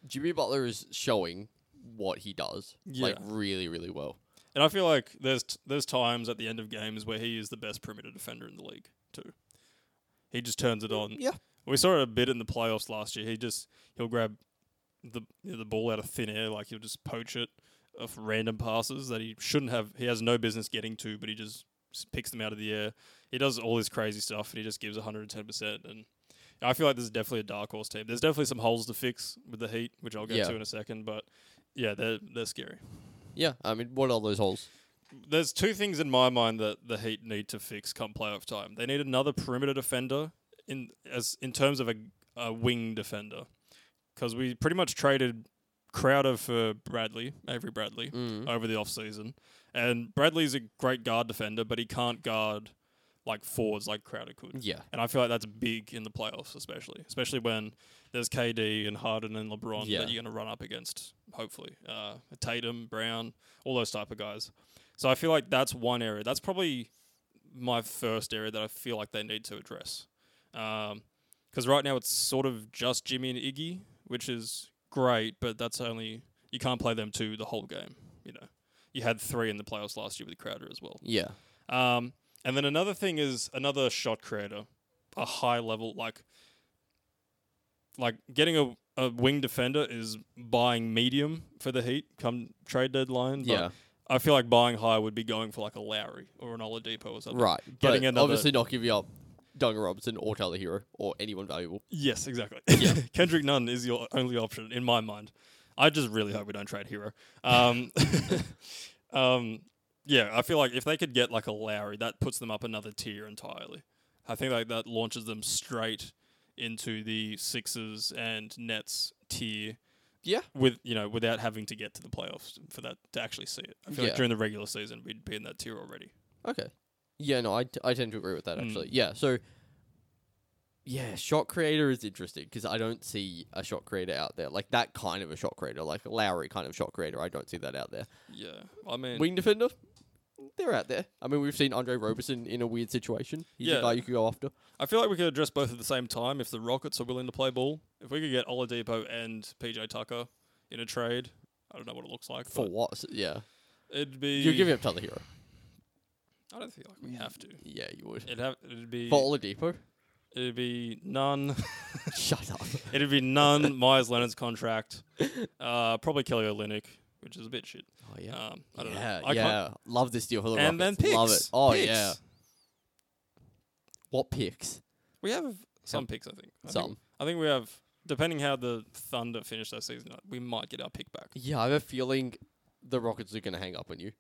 A: Jimmy Butler is showing what he does, like
B: Yeah.
A: really, really well.
B: And I feel like there's t- there's times at the end of games where he is the best perimeter defender in the league too. He just turns it on.
A: Mm, Yeah.
B: We saw it a bit in the playoffs last year. He just he'll grab the you know, the ball out of thin air, like he'll just poach it off random passes that he shouldn't have. He has no business getting to, but he just s- picks them out of the air. He does all this crazy stuff, and he just gives 110. percent And I feel like this is definitely a dark horse team. There's definitely some holes to fix with the Heat, which I'll get
A: Yeah.
B: to in a second. But yeah, they're they're scary
A: Yeah, I mean, what are those holes?
B: there's two things in my mind that the Heat need to fix come playoff time. They need another perimeter defender in as in terms of a, a wing defender, because we pretty much traded Crowder for Bradley, Avery Bradley,
A: Mm.
B: over the offseason. and Bradley's a great guard defender, but he can't guard like forwards like Crowder could.
A: Yeah.
B: And I feel like that's big in the playoffs, especially, especially when there's KD and Harden and LeBron
A: Yeah.
B: that you're going to run up against. Hopefully, uh, Tatum, Brown, all those type of guys. So I feel like that's one area. That's probably my first area that I feel like they need to address. Because right now it's sort of just Jimmy and Iggy, which is great, but that's only you can't play them two the whole game. You know, you had three in the playoffs last year with Crowder as well.
A: Yeah.
B: Um, and then another thing is another shot creator, a high level like like getting a, a wing defender is buying medium for the Heat come trade deadline. but
A: Yeah.
B: I feel like buying high would be going for like a Lowry or an Oladipo or something.
A: Right.
B: Getting
A: but
B: another-
A: obviously not giving up Dunga Robinson or Tyler Hero or anyone valuable.
B: Yes, exactly. Kendrick Nunn is your only option in my mind. I just really hope we don't trade Hero. Um, um, yeah, I feel like if they could get like a Lowry, that puts them up another tier entirely. I think like that launches them straight into the Sixers and Nets tier
A: Yeah.
B: with you know without having to get to the playoffs for that to actually see it. I feel
A: Yeah.
B: like during the regular season we'd be in that tier already.
A: Okay. Yeah, no, I, t- I tend to agree with that
B: Mm.
A: actually. Yeah, so yeah, shot creator is interesting because I don't see a shot creator out there like that kind of a shot creator, like Lowry kind of shot creator. I don't see that out there.
B: Yeah, I mean,
A: Wing defender, they're out there. I mean, we've seen Andre Roberson in a weird situation. He's a
B: Yeah.
A: guy you could go after.
B: I feel like we could address both at the same time if the Rockets are willing to play ball. If we could get Oladipo and PJ Tucker in a trade, I don't know what it looks like.
A: For
B: but
A: what? S- Yeah,
B: it'd be.
A: you're giving up Tyler Hero.
B: I don't feel like we have to.
A: Yeah, you would.
B: It'd have. It'd be.
A: For Oladipo,
B: It'd be none.
A: Shut up. Oh,
B: It'd be none. Myers Leonard's contract. Uh, probably Kelly Olynyk, which is a bit shit.
A: Oh yeah.
B: Um, I don't
A: yeah,
B: know. I
A: yeah. Love this deal for the
B: Can't. And then
A: Rockets.
B: picks.
A: Love it. Oh
B: Picks.
A: yeah. What picks?
B: We have some picks, I think. I think-
A: Some.
B: I think we have, depending how the Thunder finish their season, we might get our pick back.
A: Yeah, I have a feeling the Rockets are gonna hang up on you.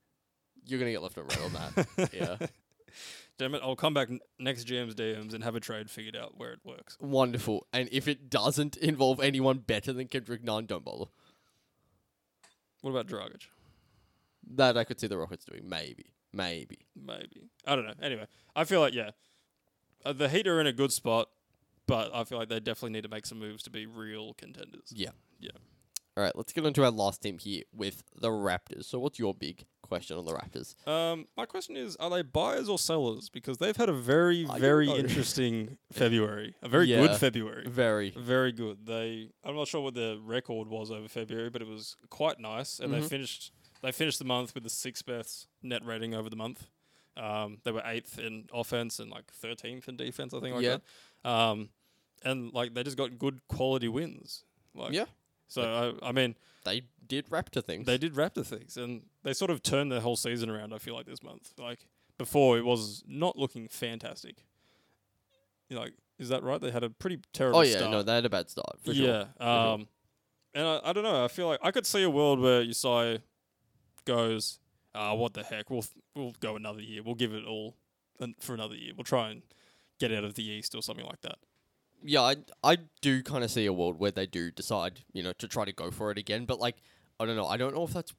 A: You're gonna get left and right on that. Yeah.
B: Damn it, I'll come back n- next GM's DMs and have a trade figured out where it works.
A: Wonderful. And if it doesn't involve anyone better than Kendrick Nunn, don't bother.
B: What about Dragic?
A: That I could see the Rockets doing. Maybe. Maybe.
B: Maybe. I don't know. Anyway, I feel like, yeah, uh, the Heat are in a good spot, but I feel like they definitely need to make some moves to be real contenders.
A: Yeah.
B: Yeah.
A: All right, let's get on to our last team here with the Raptors. So what's your big question on the Raptors?
B: Um, my question is, are they buyers or sellers? Because they've had a very,
A: I don't
B: very
A: know.
B: interesting February. A very
A: Yeah.
B: good February.
A: Very.
B: Very good. They I'm not sure what their record was over February, but it was quite nice. And they
A: Mhm.
B: finished they finished the month with the sixth best net rating over the month. Um, they were eighth in offense and like thirteenth in defense, I think like
A: Yeah.
B: that. Um, and like they just got good quality wins. Like
A: Yeah.
B: So I, I mean
A: They did Raptor things.
B: they did Raptor things and they sort of turned their whole season around, I feel like this month. Like before it was not looking fantastic. You know, like is that right? They had a pretty terrible
A: Oh yeah,
B: start
A: no, they had a bad start for sure.
B: yeah.
A: sure.
B: Um, and I, I don't know. I feel like I could see a world where Usai goes, uh, what the heck? We'll we'll go another year. We'll give it all an, for another year. We'll try and get out of the East or something like that.
A: yeah, I I do kind of see a world where they do decide, you know, to try to go for it again. But like, I don't know. I don't know if that's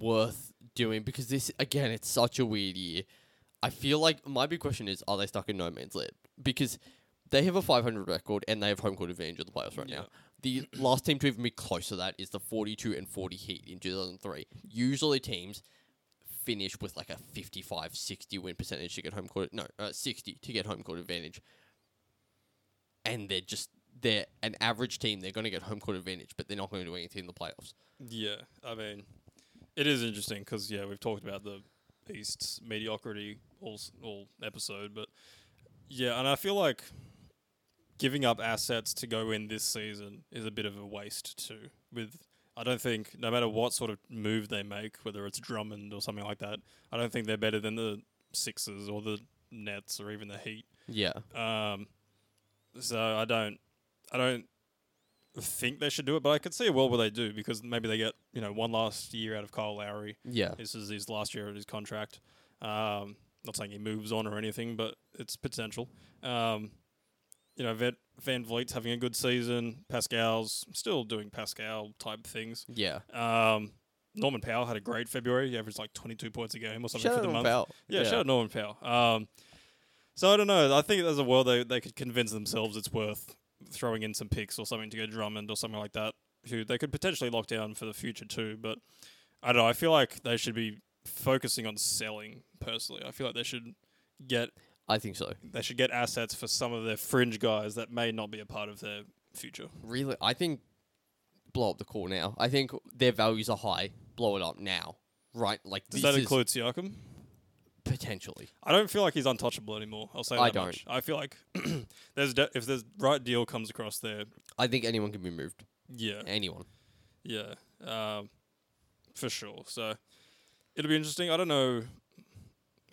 A: worth doing because this again, it's such a weird year. I feel like my big question is, are they stuck in no man's land? Because they have a 500 record and they have home court advantage in the playoffs right now. The last team to even be close to that is the 42 and 40 Heat in 2003. Usually teams finish with like a 55 60 win percentage to get home court no uh, 60 to get home court advantage and they're just they're an average team they're going to get home court advantage but they're not going to do anything in the playoffs
B: Yeah. I mean, it is interesting because yeah, we've talked about the East's mediocrity all s- all episode, but yeah, and I feel like giving up assets to go in this season is a bit of a waste too. With I don't think no matter what sort of move they make, whether it's Drummond or something like that, I don't think they're better than the Sixers or the Nets or even the Heat.
A: yeah
B: Um, so I don't, I don't think they should do it, but I could see a world where they do because maybe they get you know one last year out of Kyle Lowry.
A: yeah
B: This is his last year of his contract. Um, not saying he moves on or anything, but it's potential. Um, you know, Vet, Van Vliet's having a good season. Pascal's still doing Pascal type things.
A: yeah
B: Um, Norman Powell had a great February. He averaged like 22 points a game or something for the month. Yeah, shout out Norman Powell. Um, so I don't know. I think there's a world they, they could convince themselves it's worth throwing in some picks or something to go Drummond or something like that, who they could potentially lock down for the future too. But I don't know. I feel like they should be focusing on selling personally. I feel like they should get
A: i think so
B: they should get assets for some of their fringe guys that may not be a part of their future.
A: really i think blow up the call now i think their values are high blow it up now right like
B: Does
A: this
B: that
A: is
B: include Siakam?
A: potentially
B: I don't feel like he's untouchable anymore. I'll say that
A: I
B: much. I feel like there's de- if the right deal comes across there,
A: i think anyone can be moved
B: yeah,
A: anyone
B: Yeah, um, for sure. So it'll be interesting. I don't know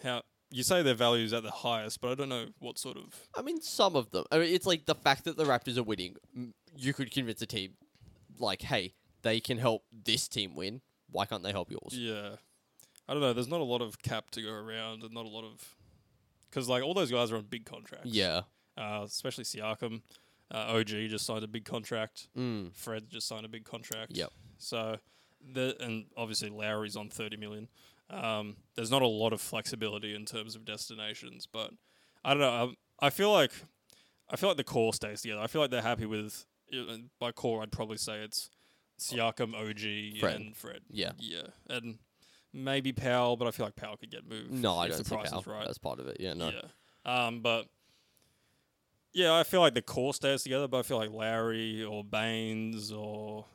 B: how you say their value is at the highest, but I don't know what sort of.
A: I mean, some of them. I mean, it's like the fact that the Raptors are winning. m- You could convince a team, like, hey, they can help this team win. Why can't they help yours?
B: Yeah, I don't know. There's not a lot of cap to go around, and not a lot of because like all those guys are on big contracts.
A: Yeah.
B: uh, especially Siakam. Uh, OG just signed a big contract.
A: Mm.
B: Fred just signed a big contract.
A: Yep.
B: So, the and obviously Lowry's on thirty million. Um, there's not a lot of flexibility in terms of destinations, but I don't know. um, I, I feel like I feel like the core stays together. I feel like they're happy with. and By core, I'd probably say it's Siakam, OG,
A: Fred.
B: and Fred.
A: Yeah.
B: Yeah, and maybe Powell, but I feel like Powell could get moved.
A: No, I
B: if
A: don't
B: the
A: see
B: price
A: how.
B: is right.
A: That's part of it. Yeah, no.
B: Yeah. Um, but yeah, I feel like the core stays together, but I feel like Lowry or Baines or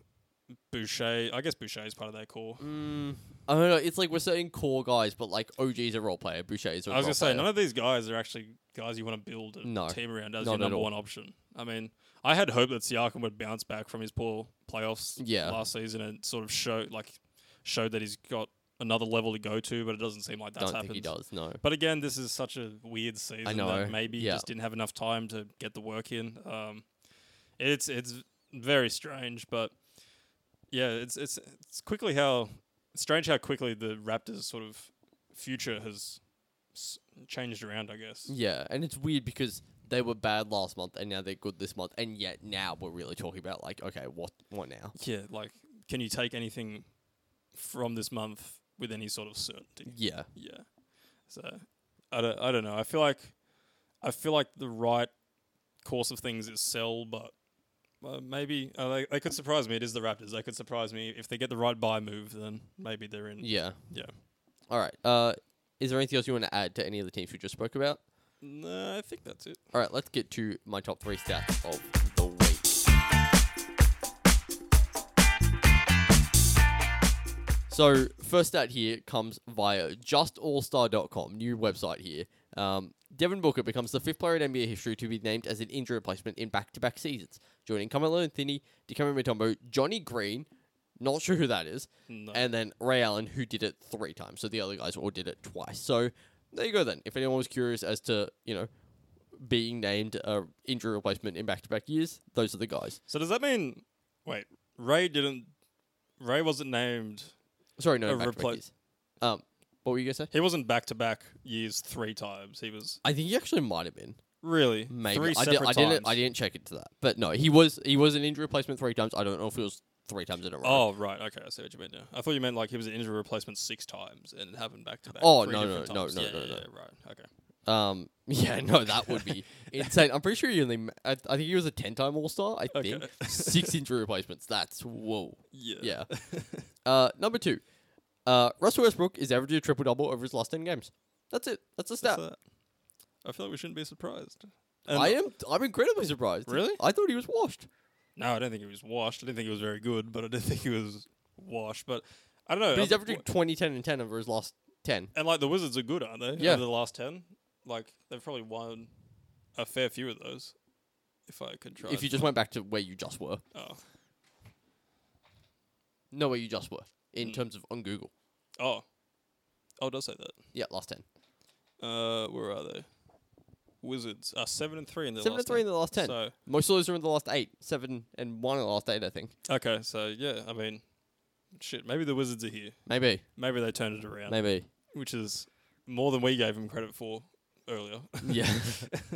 B: Boucher. I guess Boucher is part of that core.
A: Mm, I don't know. It's like we're saying core guys, but like OG's a role player. Boucher is a
B: I
A: role
B: was gonna say
A: player.
B: none of these guys are actually guys you want to build a
A: No,
B: team around as
A: not
B: your
A: at
B: number
A: all.
B: one option. I mean, I had hope that Siakam would bounce back from his poor playoffs
A: Yeah.
B: last season and sort of show like showed that he's got another level to go to, but it doesn't seem like that's
A: don't
B: happened.
A: think he does. No.
B: But again, this is such a weird season
A: know,
B: that maybe he
A: yeah.
B: just didn't have enough time to get the work in. Um, it's it's very strange, but yeah, it's it's it's quickly how it's strange how quickly the Raptors' sort of future has s- changed around. I guess.
A: Yeah, and it's weird because they were bad last month and now they're good this month, and yet now we're really talking about like, okay, what what now?
B: Yeah, like can you take anything from this month with any sort of certainty?
A: Yeah,
B: Yeah. So I don't I don't know. I feel like I feel like the right course of things is sell, but uh, maybe uh, they, they could surprise me. It is the Raptors. They could surprise me if they get the right buy move. Then maybe they're in.
A: yeah,
B: Yeah.
A: All right. Uh, is there anything else you want to add to any of the teams we just spoke about?
B: No, I think that's it.
A: All right, let's get to my top three stats of the week. So, first stat here comes via justallstar.com, new website here. Um, Devin Booker becomes the fifth player in NBA history to be named as an injury replacement in back to back seasons, joining Carmelo Anthony, Dikembe Mutombo, Johnny Green, not sure who that is,
B: No.
A: and then Ray Allen, who did it three times. So the other guys all did it twice. So there you go. Then, if anyone was curious as to you know being named a injury replacement in back to back years, those are the guys.
B: So does that mean? Wait, Ray didn't. Ray wasn't named.
A: Sorry, no
B: A
A: back to
B: repli-
A: back years. Um, what were you gonna say?
B: He wasn't back to back years three times. He was
A: I think he actually might have been.
B: really
A: Maybe
B: three
A: I,
B: separate
A: I
B: times.
A: didn't. I didn't check into that. But no, he was he was an injury replacement three times. I don't know if it was three times in a row.
B: Oh right, okay, I see what you meant now. I thought you meant like he was an injury replacement six times and it happened back to back.
A: Oh,
B: three
A: no,
B: different
A: no, no,
B: times.
A: no,
B: yeah,
A: no,
B: yeah,
A: no.
B: yeah, right, okay.
A: Um, yeah, no, that would be insane. I'm pretty sure he only. ma- I, I think he was a ten time All Star. I
B: Okay.
A: think six injury replacements. That's whoa.
B: Yeah,
A: Yeah. uh, number two, uh, Russell Westbrook is averaging a triple double over his last ten games. That's it. That's a
B: That's
A: stat.
B: that. I feel like we shouldn't be surprised. And-
A: I am. I'm incredibly surprised.
B: Really?
A: I thought he was washed.
B: No, I don't think he was washed. I didn't think he was very good, but I didn't think he was washed. But I don't know.
A: But he's
B: I-
A: averaging 20, 10, and ten over his last ten.
B: and like the Wizards are good, aren't they?
A: Yeah.
B: Over the last ten, like they've probably won a fair few of those. If I could try.
A: If you just went back to where you just were,
B: oh.
A: no, where you just were
B: Mm.
A: in terms of on Google.
B: oh, oh, it does say that.
A: Yeah, last ten.
B: Uh, where are they? Wizards are seven and three in the
A: Seven
B: last
A: and three in the last ten.
B: So
A: Most of those are in the last eight. Seven and one in the last eight, I think.
B: okay, so yeah, I mean, shit. Maybe the Wizards are here.
A: Maybe.
B: Maybe they turned it around,
A: Maybe.
B: which is more than we gave them credit for earlier.
A: Yeah.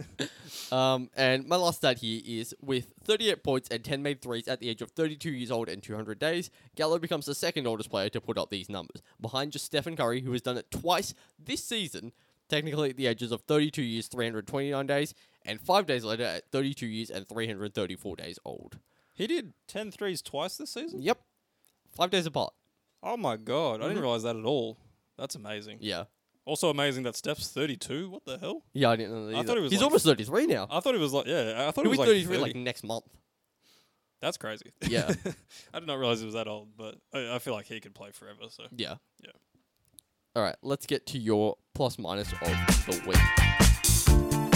A: um, and my last stat here is with 38 points and 10 made threes at the age of 32 years old and 200 days, Gallo becomes the second oldest player to put up these numbers, behind just Stephen Curry, who has done it twice this season, technically at the ages of 32 years, 329 days, and five days later at 32 years and 334 days old.
B: he did 10 threes twice this season.
A: Yep. Five days apart.
B: Oh my god, I didn't realize that at all. That's amazing.
A: Mm-hmm. Yeah.
B: Also amazing that Steph's 32. What the hell?
A: Yeah, I didn't know that.
B: I
A: either.
B: thought he was
A: He's
B: like-
A: almost 33 now.
B: I thought it was like yeah. I thought it
A: He'll be
B: was like
A: 33
B: 30.
A: like next month.
B: That's crazy.
A: Yeah.
B: I did not realize it was that old, but I, I feel like he could play forever. So
A: Yeah.
B: Yeah.
A: All right, let's get to your plus minus of the week.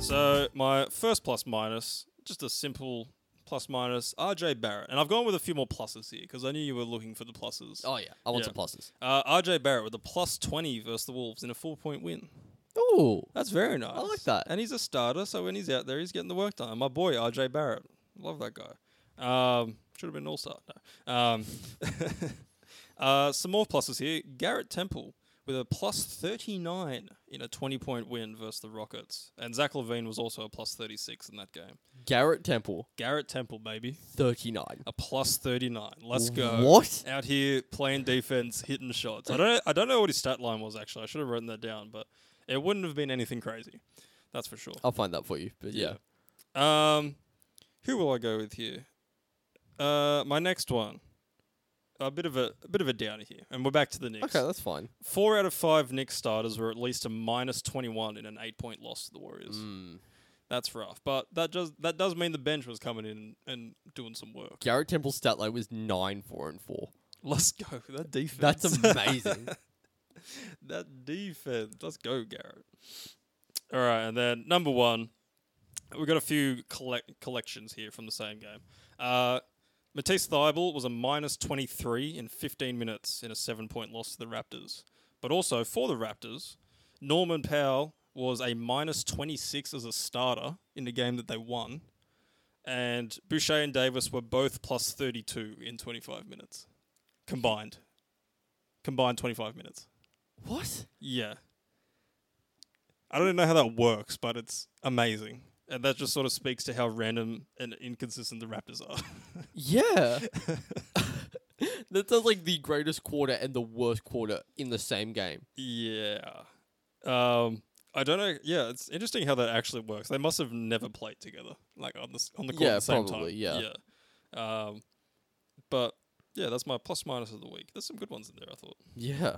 B: So my first plus minus, just a simple plus minus, RJ Barrett, and I've gone with a few more pluses here because I knew you were looking for the pluses.
A: Oh yeah, I want
B: Yeah.
A: some pluses.
B: Uh, RJ Barrett with a plus twenty versus the Wolves in a four point win.
A: Ooh,
B: That's very nice.
A: like that.
B: And he's a starter, so when he's out there, he's getting the work done. My boy RJ Barrett, love that guy. Um, should have been an all star. No. Um, uh, some more pluses here. Garrett Temple with a plus thirty nine in a twenty point win versus the Rockets, and Zach Levine was also a plus thirty six in that game.
A: Garrett Temple,
B: Garrett Temple, baby,
A: thirty nine.
B: a plus thirty nine. Let's go.
A: What?
B: out here playing defense, hitting shots? I don't I don't know what his stat line was actually. I should have written that down, but it wouldn't have been anything crazy. That's for sure.
A: I'll find that for you. But yeah,
B: Um, who will I go with here? Uh, my next one. A bit of a, a bit of a downer here, and we're back to the Knicks.
A: okay, that's fine.
B: Four out of five Knicks starters were at least a minus twenty-one in an eight-point loss to the Warriors. That's rough. But that does that does mean the bench was coming in and doing some work.
A: Garrett Temple's stat line was nine, four, and four.
B: Let's go. That defense.
A: That's amazing.
B: that defense. Let's go, Garrett. All right, and then number one, we've got a few collect- collections here from the same game. Uh, Matisse Thybul was a minus 23 in 15 minutes in a seven point loss to the Raptors. But also for the Raptors, Norman Powell was a minus 26 as a starter in the game that they won. And Boucher and Davis were both plus 32 in 25 minutes combined. Combined 25 minutes.
A: what?
B: Yeah. I don't know how that works, but it's amazing. And that just sort of speaks to how random and inconsistent the Raptors are.
A: Yeah. that sounds like the greatest quarter and the worst quarter in the same game.
B: yeah. Um, I don't know. Yeah, it's interesting how that actually works. They must have never played together, like on the s- on the court
A: Yeah,
B: at the same
A: probably,
B: time.
A: yeah.
B: Yeah. Um, but yeah, that's my plus minus of the week. There's some good ones in there. I thought
A: Yeah.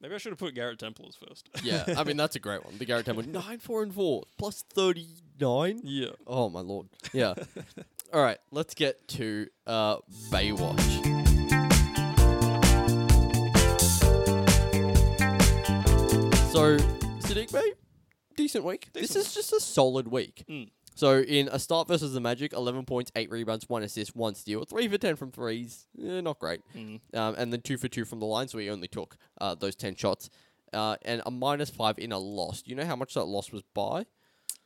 B: maybe I should have put Garrett Temple as first.
A: Yeah. I mean, that's a great one. The Garrett Temple, nine, four, and four, plus 39.
B: yeah.
A: Oh my lord. Yeah. All right, let's get to uh Baywatch. So, Sadiq Bay, decent week. This
B: Decent
A: is just a solid week.
B: Mm.
A: So, in a start versus the Magic, 11 points, 8 rebounds, 1 assist, 1 steal, 3 for 10 from threes, eh, not great.
B: Mm.
A: Um, and then 2 for 2 from the line, so he only took uh, those 10 shots. Uh, and a minus 5 in a loss. Do you know how much that loss was by?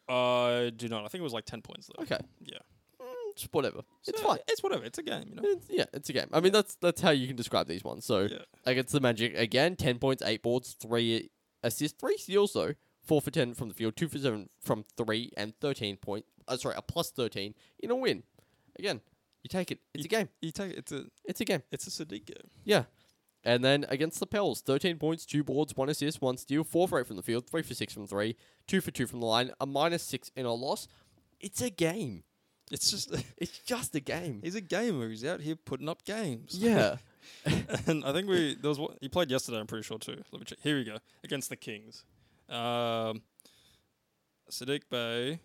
B: I do not. I think it was like ten points though.
A: Okay.
B: Yeah.
A: Mm, just whatever. it's
B: So,
A: fine.
B: It's whatever. It's a game. You know.
A: It's, yeah, it's a game. I mean, that's that's how you can describe these ones. So
B: Yeah.
A: against the Magic again, ten points, eight boards, three assists, three steals though, four for ten from the field, two for seven from three, and thirteen point. Uh, sorry, a plus thirteen in a win. Again, you take it. It's a game.
B: You take it's a
A: It's a game.
B: it's a Sadiq game.
A: Yeah. And then against the Pels, 13 points, 2 boards, 1 assist, 1 steal, 4 for 8 from the field, 3 for 6 from 3, 2 for 2 from the line, a minus 6 in a loss. It's a game.
B: It's just
A: It's just a game.
B: he's a gamer. He's out here putting up games.
A: Yeah.
B: and I think we there was one, he played yesterday. I'm pretty sure too. Let me check. Here we go against the Kings. Um, Sadiq Bay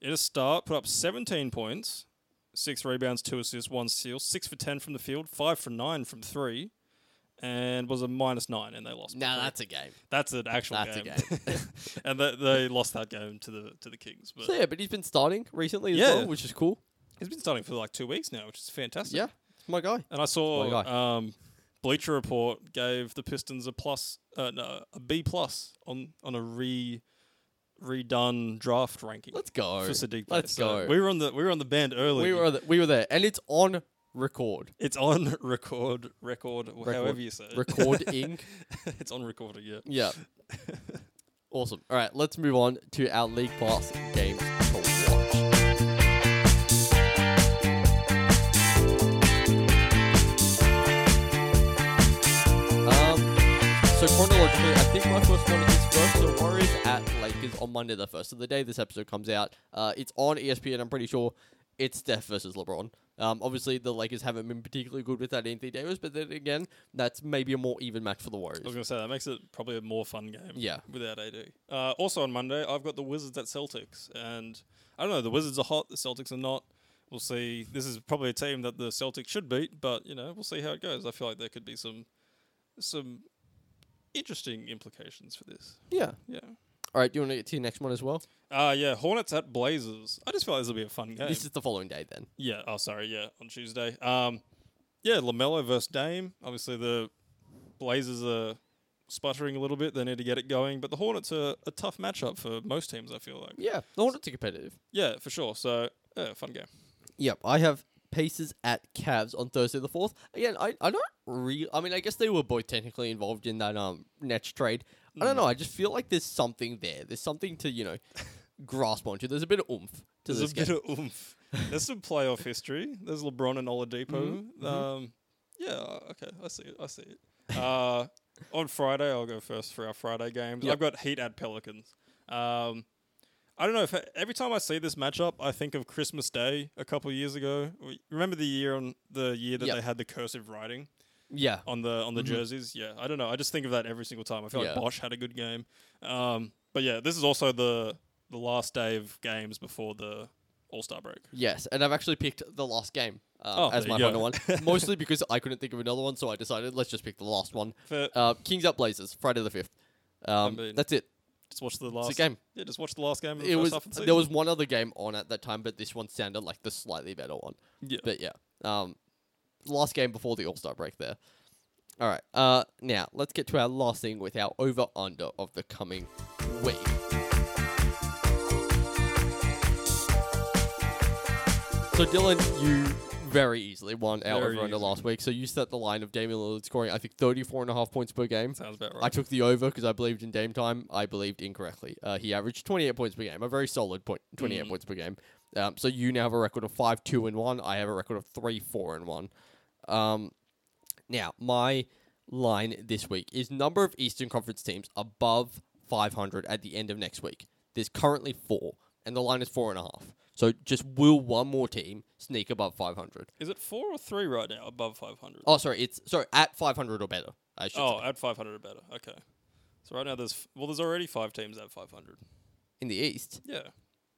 B: in a start put up 17 points, six rebounds, two assists, one steal, six for ten from the field, five for nine from three, and was a minus nine, and they lost. by
A: Now
B: three.
A: that's a game.
B: that's an actual
A: that's a
B: game. and they, they lost that game to the to the Kings. But
A: So yeah, but he's been starting recently as
B: Yeah.
A: well, which is cool.
B: he's been starting for like two weeks now, which is fantastic.
A: Yeah, it's my guy.
B: And I
A: My
B: saw um, Bleacher Report gave the Pistons a plus, uh, no, a B plus on on a re redone draft ranking
A: Let's go.
B: for Sadiq. Bay.
A: Let's
B: So
A: go.
B: We were on the we were on the band
A: We
B: early.
A: were th- we were there, and it's on record.
B: It's on record, record, however
A: Record.
B: you say it.
A: Recording.
B: it's on recording. Yeah.
A: yeah. Awesome. All right, let's move on to our league pass games to watch. Um, so chronologically, I think my first one is first. So Warriors at Lakers on Monday, the first of the day this episode comes out. Uh, it's on ESPN. I'm pretty sure it's Steph versus LeBron. Um, obviously the Lakers haven't been particularly good without Anthony Davis, but then again, that's maybe a more even match for the Warriors.
B: I was gonna say that makes it probably a more fun game.
A: Yeah.
B: Without AD. Uh, also on Monday, I've got the Wizards at Celtics, and I don't know. The Wizards are hot. The Celtics are not. We'll see. This is probably a team that the Celtics should beat, but you know, we'll see how it goes. I feel like there could be some some interesting implications for this.
A: Yeah.
B: Yeah.
A: All right, do you want to get to your next one as well?
B: Uh yeah. Hornets at Blazers. I just feel like this will be a fun game.
A: This is the following day then.
B: Yeah. Oh, sorry. Yeah, on Tuesday. Um, yeah, Lamelo versus Dame. Obviously, the Blazers are sputtering a little bit. They need to get it going, but the Hornets are a tough matchup for most teams. I feel like.
A: Yeah, the Hornets are competitive.
B: Yeah, for sure. So, yeah, fun game.
A: Yep, I have Pacers at Cavs on Thursday the fourth. Again, I, I don't really. I mean, I guess they were both technically involved in that um Nets trade. I don't know. I just feel like there's something there. There's something to you know grasp onto. There's a bit of oomph to
B: There's
A: this
B: a
A: game.
B: bit of oomph. There's some playoff history. There's LeBron and Oladipo.
A: Mm-hmm,
B: Um, yeah. Okay, I see it. I see it. Uh, on Friday, I'll go first for our Friday games.
A: Yep.
B: I've got Heat at Pelicans. Um, I don't know if e, every time I see this matchup, I think of Christmas Day a couple of years ago. We- Remember the year on the year that
A: Yep.
B: they had the cursive writing
A: yeah,
B: on the on the jerseys? Yeah, I don't know. I just think of that every single time. I feel
A: Mm-hmm. Yeah.
B: like Bosch had a good game. Um, but yeah, this is also the the the last day of games before the All Star break.
A: Yes, and I've actually picked the last game um,
B: Oh,
A: as
B: there
A: my
B: you
A: final
B: go.
A: one, mostly because I couldn't think of another one, so I decided let's just pick the last one.
B: Fair.
A: Uh, Kings up Blazers, Friday the fifth. Um,
B: mean,
A: that's it.
B: Just watch the last
A: game.
B: Yeah, just watch the last game. Of
A: It
B: the first
A: was
B: half of the
A: there
B: season.
A: was one other game on at that time, but this one sounded like the slightly better one.
B: Yeah.
A: But yeah, um, last game before the All Star break there. All right, uh, now let's get to our last thing with our over under of the coming week. So Dylan, you very easily won our
B: Very
A: over under
B: easily.
A: last week. So you set the line of Damian Lillard scoring, I think, 34 and a half points per game.
B: Sounds about
A: I
B: right.
A: took the over because I believed in Dame time. I believed incorrectly. Uh, he averaged 28 points per game, a very solid point,
B: Mm.
A: 28 points per game. Um, so you now have a record of 5 2 and 1. I have a record of 3 4 and 1. Um, now, my line this week is number of Eastern Conference teams above 500 at the end of next week. There's currently four, and the line is four and a half. So just will one more team sneak above 500?
B: Is it four or three right now above 500?
A: Oh, sorry, it's sorry at 500 or better. I should
B: Oh,
A: say,
B: at 500 or better. Okay. So right now there's f- well, there's already five teams at 500.
A: in the East.
B: Yeah.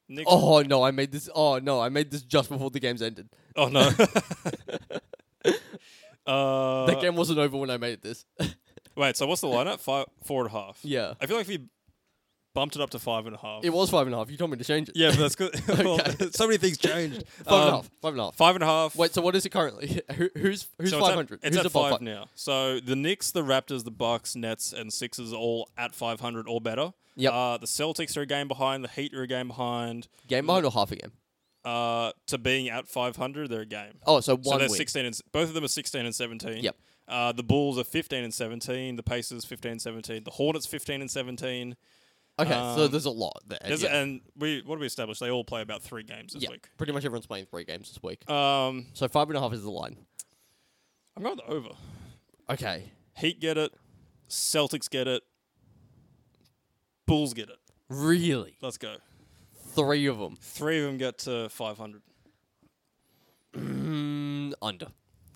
B: Knicks. Oh,
A: Oh no, I made this. Oh no, I made this just before the games ended.
B: Oh, no. uh,
A: that game wasn't over when I made this.
B: Wait. So what's the lineup? Five, four and a half.
A: yeah,
B: I feel like if you bumped it up to five and a half.
A: it was five and a half. You told me to change it.
B: Yeah, but that's good. well,
A: Okay.
B: so many things changed.
A: five and a
B: Um,
A: half. Five and a half.
B: Five and a half.
A: Wait, so what is it currently? Who, who's who's
B: So it's at-
A: five hundred?
B: It's
A: Who's
B: at
A: above
B: five
A: fi-
B: now. So the Knicks, the Raptors, the Bucks, Nets, and Sixers are all at 500 or better.
A: Yep.
B: Uh, the Celtics are a game behind. The Heat are a game behind.
A: Game behind or half a game?
B: Uh, to being at 500, they're a game.
A: Oh, so
B: so
A: one
B: they're
A: win.
B: 16 and s- both of them are 16 and 17.
A: Yep.
B: Uh, the Bulls are 15 and 17. The Pacers 15 and 17. The Hornets 15 and 17.
A: Okay, so
B: um,
A: there's a lot there.
B: There's-
A: yeah.
B: And we what do we establish? They all play about three games this
A: Yeah,
B: week.
A: pretty much everyone's playing three games this week.
B: Um,
A: So five and a half is the line.
B: I'm going with the over.
A: Okay,
B: Heat get it. Celtics get it. Bulls get it.
A: really,
B: Let's go.
A: three of them
B: Three of them get to 500.
A: mm, under.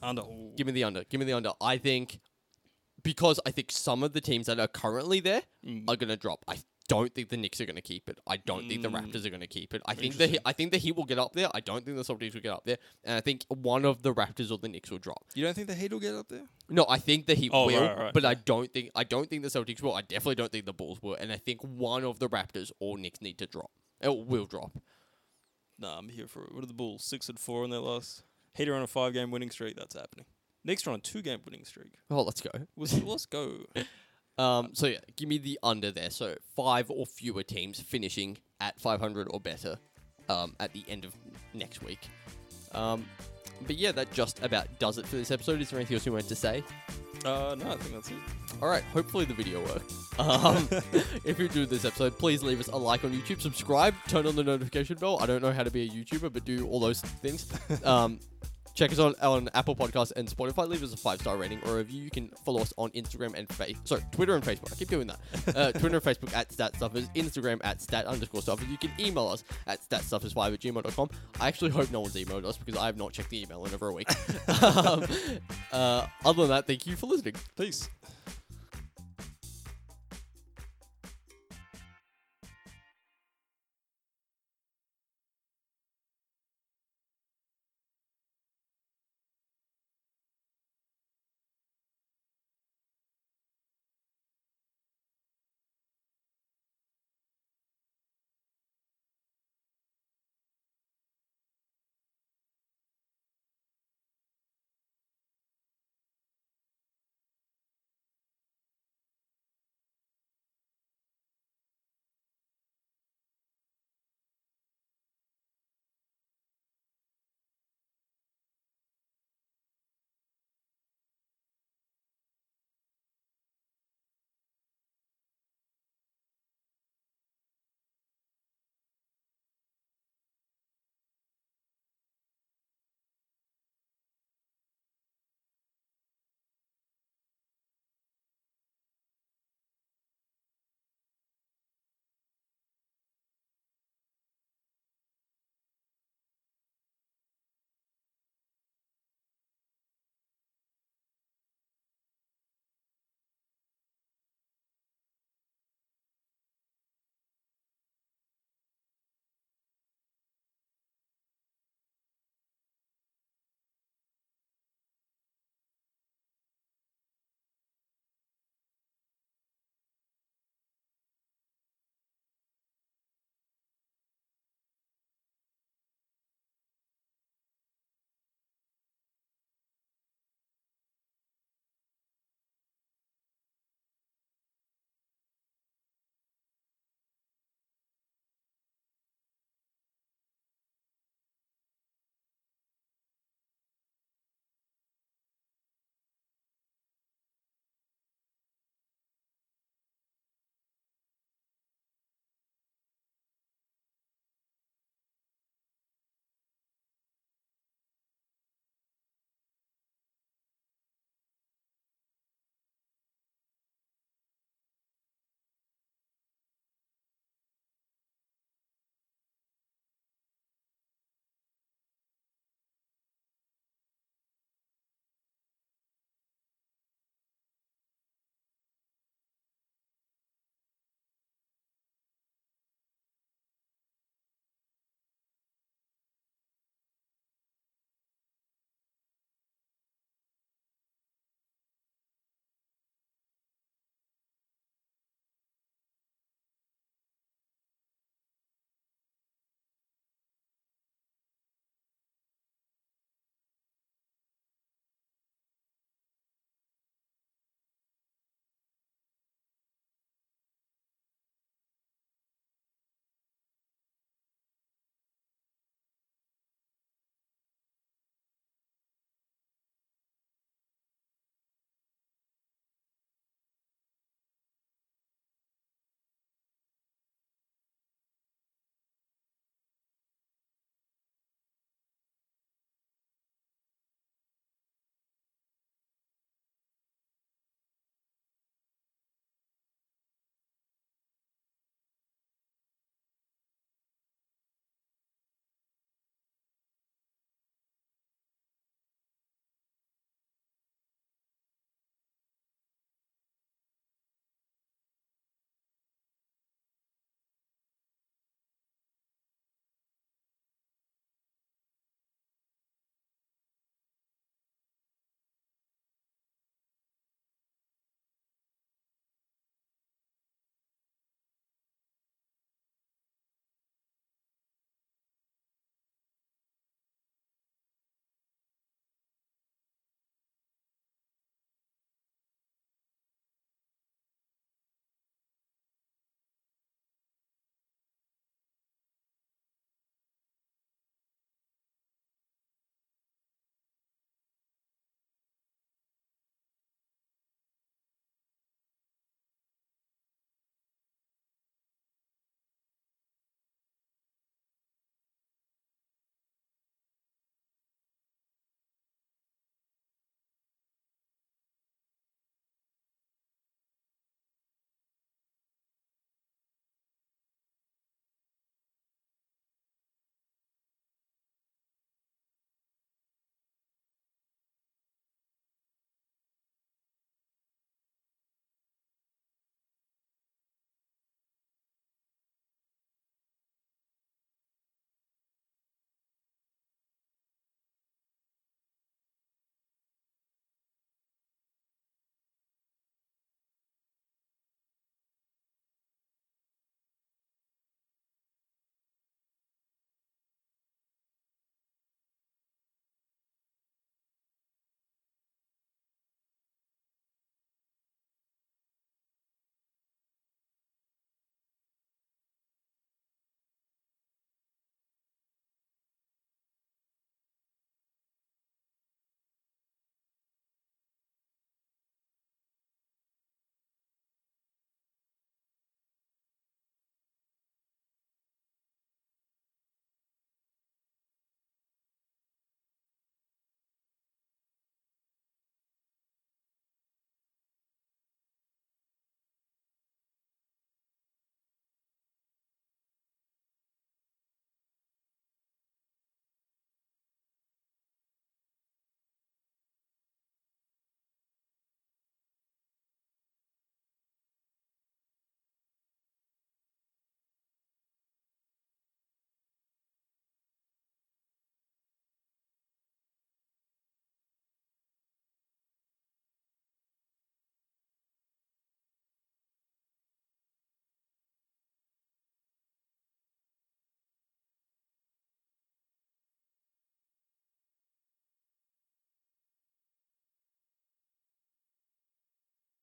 B: Under. Ooh.
A: Give me the under. Give me the under. I think because I think some of the teams that are currently there
B: Mm.
A: are going to drop. I don't think the Knicks are going to keep it. I don't think the
B: Mm.
A: Raptors are going to keep it. I think the Heat- I think the Heat will get up there. I don't think the Celtics will get up there. And I think one of the Raptors or the Knicks will drop.
B: You don't think the Heat will get up there?
A: No, I think the Heat
B: Oh,
A: will,
B: right, right.
A: but I don't think I don't think the Celtics will. I definitely don't think the Bulls will. And I think one of the Raptors or Knicks need to drop. It will drop.
B: Nah, I'm here for it. What are the Bulls? Six and four in their last. Heat are on a five game winning streak. That's happening. Knicks are on a two game winning streak.
A: Oh, let's go.
B: Let's, let's go. Uh,
A: Um, so yeah, give me the under there. So five or fewer teams finishing at 500 or better um, at the end of next week. Um, but yeah, that just about does it for this episode. Is there anything else you wanted to say?
B: Uh, no, I think that's it.
A: All right, hopefully the video worked. Um, if you enjoyed this episode, please leave us a like on YouTube, subscribe, turn on the notification bell. I don't know how to be a YouTuber, but do all those things. Um, check us on on Apple Podcasts and Spotify. Leave us a five star rating or review. You can follow us on Instagram and face sorry Twitter and Facebook. I keep doing that. Uh, Twitter and Facebook at Stat Stuffers, Instagram at Stat underscore Stuffers. You can email us at statstuffers5 at gmail.com. I actually hope no one's emailed us because I have not checked the email in over a week. um, uh, other than that, thank you for listening.
B: Peace.